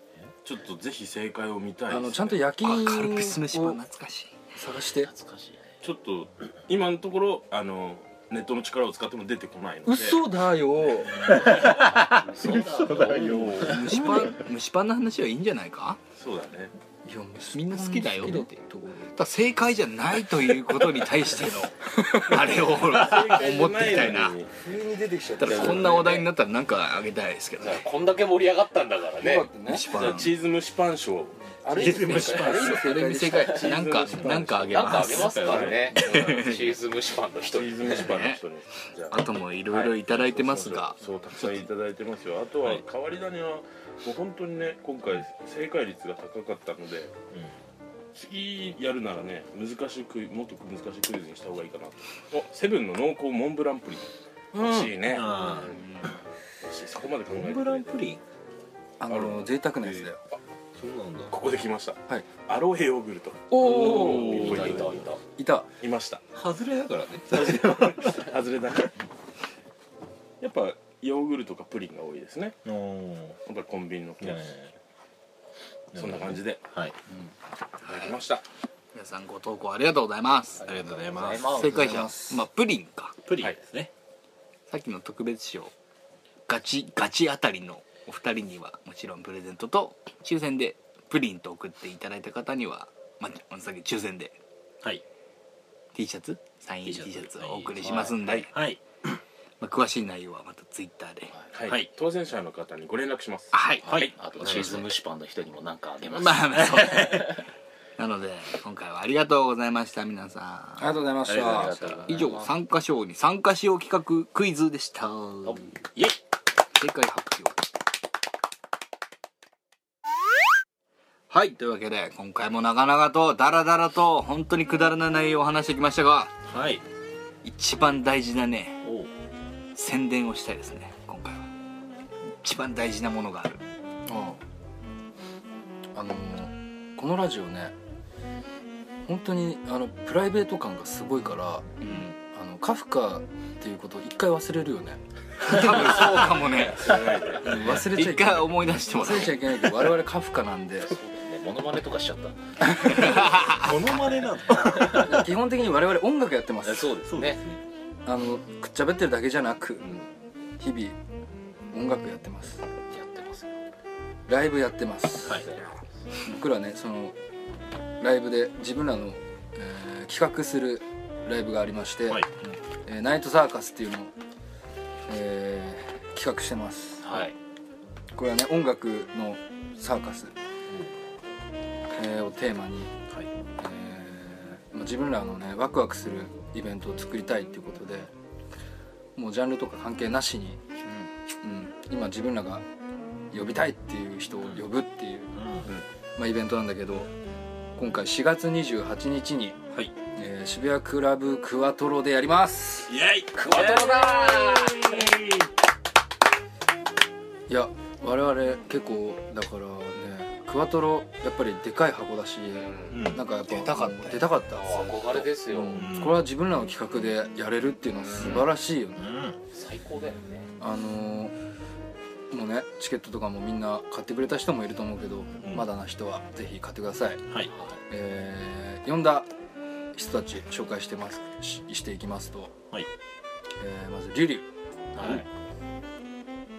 Speaker 5: ちょっとぜひ正解を見たいです
Speaker 1: あ
Speaker 5: ね
Speaker 1: のちゃんと焼き
Speaker 3: あ
Speaker 1: 印
Speaker 3: カルピス飯パン
Speaker 1: を
Speaker 3: 懐かしい
Speaker 1: 探して
Speaker 4: 懐かしいね
Speaker 5: ちょっと今のところあのネットの力を使っても出てこないので
Speaker 1: 嘘だよ
Speaker 5: そうだよ
Speaker 3: 虫パン虫パンの話はいいんじゃないか
Speaker 5: そうだね
Speaker 1: いや
Speaker 3: みんな好きだよ
Speaker 1: 好きってとこ
Speaker 3: ただ正解じゃないということに対してのあれをほら思っていきたいな
Speaker 1: 急に出てきちゃった
Speaker 3: だこんなお題になったらなんかあげたいですけどね
Speaker 4: こんだけ盛り上がったんだからね
Speaker 3: 虫パ
Speaker 5: じゃあ
Speaker 3: ン
Speaker 5: チーズ蒸しパン賞
Speaker 1: あれ今正解
Speaker 3: それに正解なんかなんかあげ
Speaker 4: なんか
Speaker 3: ま
Speaker 4: あげ
Speaker 3: す
Speaker 4: ますからねうんチーズ蒸しパンの
Speaker 5: チ
Speaker 4: 人に
Speaker 5: ーズ蒸しパンの人にじゃ
Speaker 3: あともいろいろいただいてますが
Speaker 5: そうたくさんいただいてますよあとは変わり種はもう本当にね今回正解率が高かったので、次やるならね難しいクイもっと難しいクイズにした方がいいかなとおセブンの濃厚モンブランプリン欲しいね、
Speaker 2: あ
Speaker 5: 欲しいそこまで考えて
Speaker 1: モン
Speaker 5: く
Speaker 1: ブラ
Speaker 5: れ
Speaker 1: ン
Speaker 5: て
Speaker 1: プリンあの贅沢なやつだよ
Speaker 2: そうなんだ
Speaker 5: ここで来ました、
Speaker 1: はい
Speaker 5: アロエヨーグルト
Speaker 1: おお
Speaker 5: ー
Speaker 4: いたいたいた
Speaker 1: いた
Speaker 5: いました
Speaker 2: 外れだからね
Speaker 5: 外れだねやっぱヨーグルトかプリンが多いですね
Speaker 2: おお
Speaker 5: やっぱりコンビニのケースそんな感じ
Speaker 2: で
Speaker 5: で
Speaker 2: はい
Speaker 5: いただきました
Speaker 3: 皆さんご投稿ありがとうございます
Speaker 2: ありがとうございま
Speaker 4: ますす
Speaker 3: 正解者まあプリンか
Speaker 2: プリンですね
Speaker 3: さっきの特別賞ガチガチあたりのお二人にはもちろんプレゼントと抽選でプリンと送っていただいた方にはまあさっき抽選で
Speaker 2: はい
Speaker 3: T シャツサイン
Speaker 2: T
Speaker 3: T
Speaker 2: シ
Speaker 3: シ
Speaker 2: ャツ
Speaker 3: ャツをお送りしますんで、
Speaker 5: はい
Speaker 2: はい
Speaker 3: まあ、詳しい内容はまたツイッターで
Speaker 5: はい、
Speaker 2: はい
Speaker 5: 当選者の方にご連絡します
Speaker 3: あはい、
Speaker 2: はい
Speaker 4: あとチーズ蒸しパンの人にもなんかあげます
Speaker 3: まあまあそうねなので今回はありがとうございました皆
Speaker 1: あ
Speaker 3: さ
Speaker 1: り
Speaker 3: ん
Speaker 1: がとうございまし
Speaker 2: あり
Speaker 1: た
Speaker 2: がとうございま
Speaker 3: 以上参加賞に参加しよう企画クイズでした正
Speaker 2: イエイ
Speaker 3: 解発表はいというわけで今回も長々とダラダラと本当にくだらない内容を話してきましたが
Speaker 2: はい
Speaker 3: 一番大事なね
Speaker 2: おう
Speaker 3: 宣伝をしたいですね今回は一番大事なものがある
Speaker 1: うんあのーこのラジオね本当にあのプライベート感がすごいから
Speaker 3: うん
Speaker 1: あのカフカっていうことを一回忘れるよね
Speaker 3: 多分そうかもね
Speaker 1: うん忘れちゃ
Speaker 3: 一
Speaker 1: いけない
Speaker 3: 回思い出してもら
Speaker 1: 忘
Speaker 3: う
Speaker 1: れちゃいけないけど我々カフカなん で
Speaker 4: ねモノマネとかしちゃった
Speaker 2: モノマネなの
Speaker 1: 基本的に我々音楽やってます
Speaker 4: そうですね
Speaker 1: あのくっちゃべってるだけじゃなく日々音楽やってます
Speaker 4: やってますよ
Speaker 1: ライブやってます、
Speaker 2: はい
Speaker 1: 僕らねそのライブで自分らの、えー企画するライブがありまして、
Speaker 2: はい
Speaker 1: えーナイトサーカスっていうのを、えー企画してます
Speaker 4: はい
Speaker 1: これはね音楽のサーカス、えーをテーマに、
Speaker 2: はい
Speaker 1: えーまあ自分らのねワクワクするイベントを作りたいっていうことでもうジャンルとか関係なしに、うん今自分らが呼びたいっていう人を呼ぶっていう、まあ、イベントなんだけど今回4月28日に、
Speaker 2: はい
Speaker 1: えー渋谷クラブクワトロでやります
Speaker 2: イエイ
Speaker 4: クワトロだ
Speaker 1: いや我々結構だからねクワトロやっぱりでかい箱だし、
Speaker 2: うん
Speaker 1: なんかやっぱ
Speaker 3: 出たかったよ
Speaker 1: 出たかった
Speaker 4: 憧れですよ
Speaker 1: うん
Speaker 2: うん
Speaker 1: これは自分らの企画でやれるっていうのは素晴らしいよね、
Speaker 2: うん
Speaker 4: 最高だよね
Speaker 1: あのーもうねチケットとかもみんな買ってくれた人もいると思うけど、
Speaker 2: ん
Speaker 1: まだな人はぜひ買ってください
Speaker 2: はい
Speaker 1: えー呼んだ人たち紹介してますししていきますと、
Speaker 2: はい
Speaker 1: えーまずリュリュ
Speaker 4: はい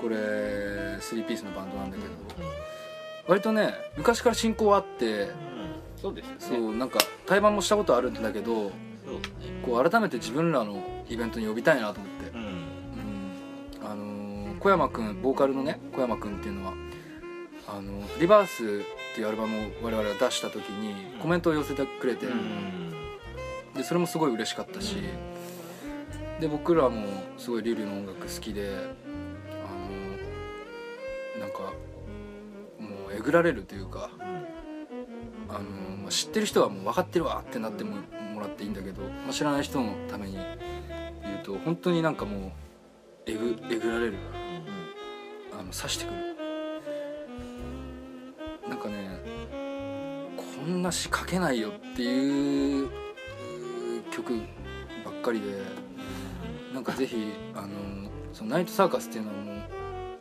Speaker 1: これ3ピースのバンドなんだけど、割とね昔から親交はあって
Speaker 2: うん
Speaker 4: そうです
Speaker 1: そ
Speaker 4: よね
Speaker 1: うなんか対バンもしたことあるんだけど
Speaker 2: そうですね
Speaker 1: こう改めて自分らのイベントに呼びたいなと思って
Speaker 2: う、ん
Speaker 1: うんあのー小山君ボーカルのね小山君っていうのは「あのリバース」っていうアルバムを我々が出した時にコメントを寄せてくれて、
Speaker 2: うん
Speaker 1: でそれもすごい嬉しかったし、で僕らもすごいリュウリュウの音楽好きであのなんかもうえぐられるというか、あのまあ、知ってる人はもう分かってるわってなってももらっていいんだけど、まあ、知らない人のために言うと本当になんかもうえぐえぐられるあの刺してくるなんかねこんな詩書けないよっていううー曲ばっかりでなんかぜひあのそのナイトサーカスっていうのはも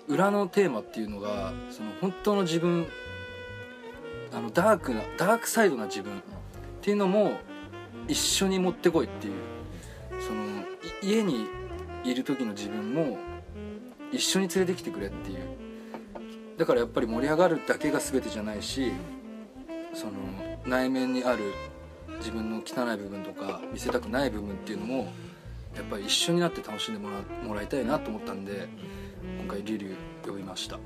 Speaker 1: う裏のテーマっていうのがその本当の自分あのダークなダークサイドな自分っていうのも一緒に持ってこいっていうその家にいる時の自分も一緒に連れてきてくれっていうだからやっぱり盛り上がるだけが全てじゃないしその内面にある自分の汚い部分とか見せたくない部分っていうのもやっぱり一緒になって楽しんでもらうもらいたいなと思ったんで今回リリュウ呼びました、う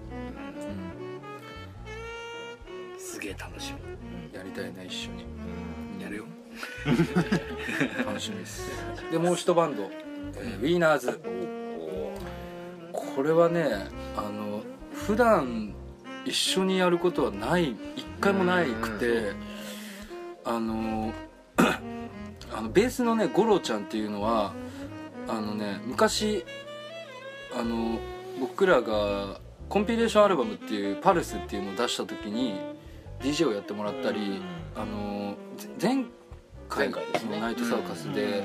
Speaker 3: すげえ楽し
Speaker 1: ん、やりたいね一緒に
Speaker 3: みやるよ
Speaker 1: 楽しみですでもう一バンド、えーウィーナーズこれはねあの普段一緒にやることはない一回もないくてあの あのベースのね五郎ちゃんっていうのはあのね昔あの僕らがコンピレーションアルバムっていう「パルスっていうのを出した時に DJ をやってもらったり、あのぜ前回
Speaker 4: 前回ですね
Speaker 1: のナイトサーカスで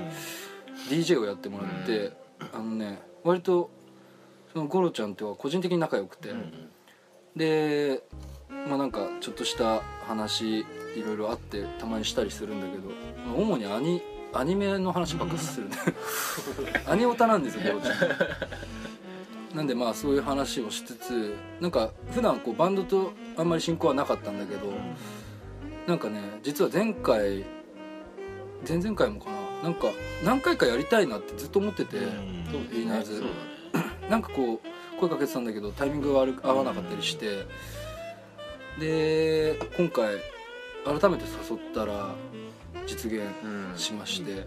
Speaker 1: DJ をやってもらって、あのね割とそのゴロちゃんとは個人的に仲良くて、でまあなんかちょっとした話いろいろあってたまにしたりするんだけど、まあ主にアニアニメの話ばっかりするねアニオタなんですよゴロちゃんなんでまあそういう話をしつつなんか普段こうバンドとあんまり親交はなかったんだけど、なんかね実は前回前々回もかななんか何回かやりたいなってずっと思ってて、
Speaker 2: うん
Speaker 1: いいなずなんかこう声かけてたんだけどタイミングが悪く合わなかったりして、で今回改めて誘ったら実現
Speaker 4: うん
Speaker 1: しまして、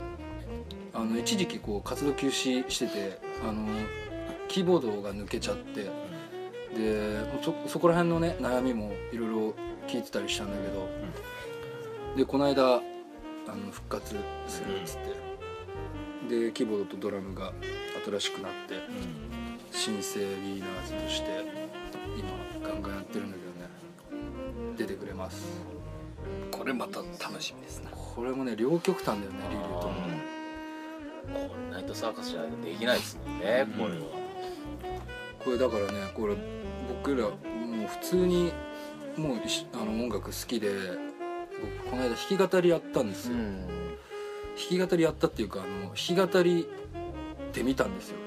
Speaker 1: あの一時期こう活動休止しててあのキーボードが抜けちゃってでそそこら辺のね悩みもいろいろ聞いてたりしたんだけど、でこの間あの復活するっつって、でキーボードとドラムが新しくなって新生リーナーズとして今ガンガンやってるんだけどね出てくれます
Speaker 3: これまた楽しみですな
Speaker 1: これもね両極端だよねリリーとも
Speaker 4: これナイトサーカスじゃないとできないですもんね、これは
Speaker 1: これだからねこれ僕らもう普通にもういしあの音楽好きで僕この間弾き語りやったんですよ、弾き語りやったっていうかあの弾き語りで見たんですよ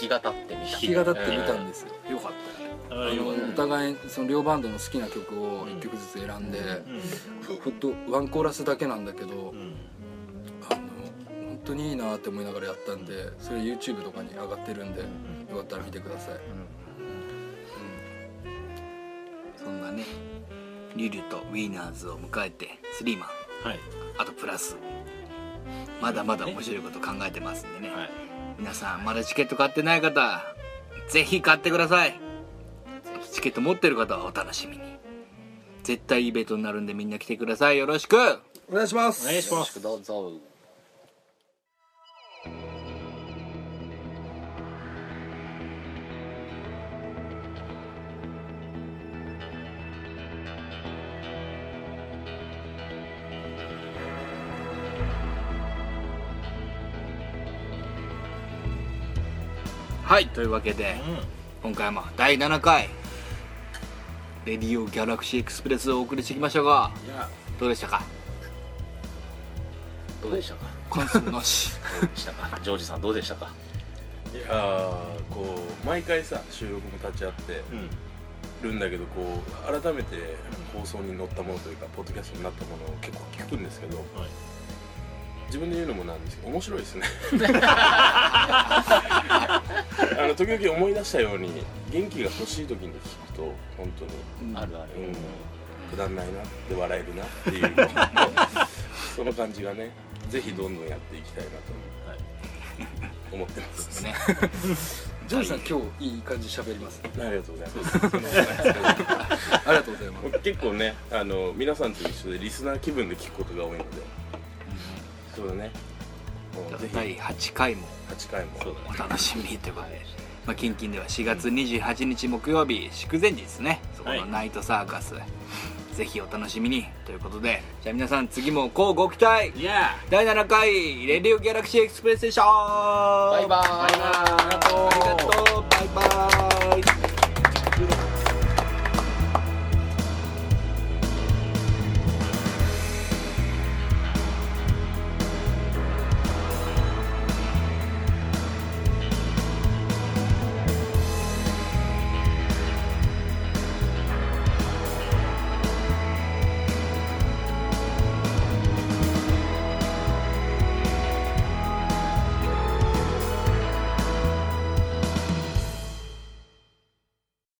Speaker 4: 日が経ってみた
Speaker 1: 弾き語って見たんですよ、
Speaker 3: よかったよ
Speaker 2: あ
Speaker 1: あ
Speaker 2: よ
Speaker 1: の
Speaker 2: かっ
Speaker 1: お互いその両バンドの好きな曲を1曲ずつ選んで、
Speaker 2: たうん
Speaker 1: ほんとワンコーラスだけなんだけど、
Speaker 2: うん
Speaker 1: あの本当にいいなって思いながらやったんでそれ YouTube とかに上がってるんでよかったら見てください、
Speaker 3: そんなねリュウとウィーナーズを迎えてスリーマン
Speaker 2: はい
Speaker 3: あとプラスまだまだ面白いこと考えてますんでね、
Speaker 2: はい
Speaker 3: 皆さんまだチケット買ってない方ぜひ買ってくださいチケット持ってる方はお楽しみに絶対いいイベントになるんでみんな来てくださいよろしく
Speaker 1: お願いします
Speaker 2: お願いし
Speaker 4: よ
Speaker 2: ま
Speaker 4: ろ
Speaker 2: す
Speaker 4: しくどうぞ
Speaker 3: はいというわけで今回も第7回「レディオギャラクシーエクスプレス」をお送りしてきましたがどうでしたか
Speaker 4: どうでしたか
Speaker 3: 今週のし
Speaker 4: どうでしたかジョージさんどうでしたか
Speaker 5: いやーこう毎回さ収録も立ち会って
Speaker 2: うん
Speaker 5: るんだけどこう改めて放送に載ったものというかポッドキャストになったものを結構聞くんですけど、自分で言うのもなんですけど面白いですねあの時々思い出したように元気が欲しい時に聞くと本当に
Speaker 4: あるある、
Speaker 5: うんくだんないなって笑えるなっていうその感じがねぜひどんどんやっていきたいなと思ってます、
Speaker 3: ね
Speaker 1: ジョージさん今日いい感じ喋りますね
Speaker 5: ありがとうございます
Speaker 1: ありがとうございます
Speaker 5: 僕結構ねあの皆さんと一緒でリスナー気分で聞くことが多いので、そうだねもうぜひ
Speaker 3: 第8回も
Speaker 5: 8回も
Speaker 2: そうだ
Speaker 3: お楽しみということで、まあ、キンキンでは4月28日木曜日祝前日ですねそこの
Speaker 2: はい
Speaker 3: ナイトサーカス、ぜひお楽しみにということでじゃあ皆さん次もこうご期待
Speaker 2: いや
Speaker 3: 第7回レディオギャラクシーエクスプレスでした
Speaker 4: バイバ
Speaker 3: バイバ
Speaker 4: ーイ
Speaker 3: ーイありがとうバイバーイ
Speaker 5: 16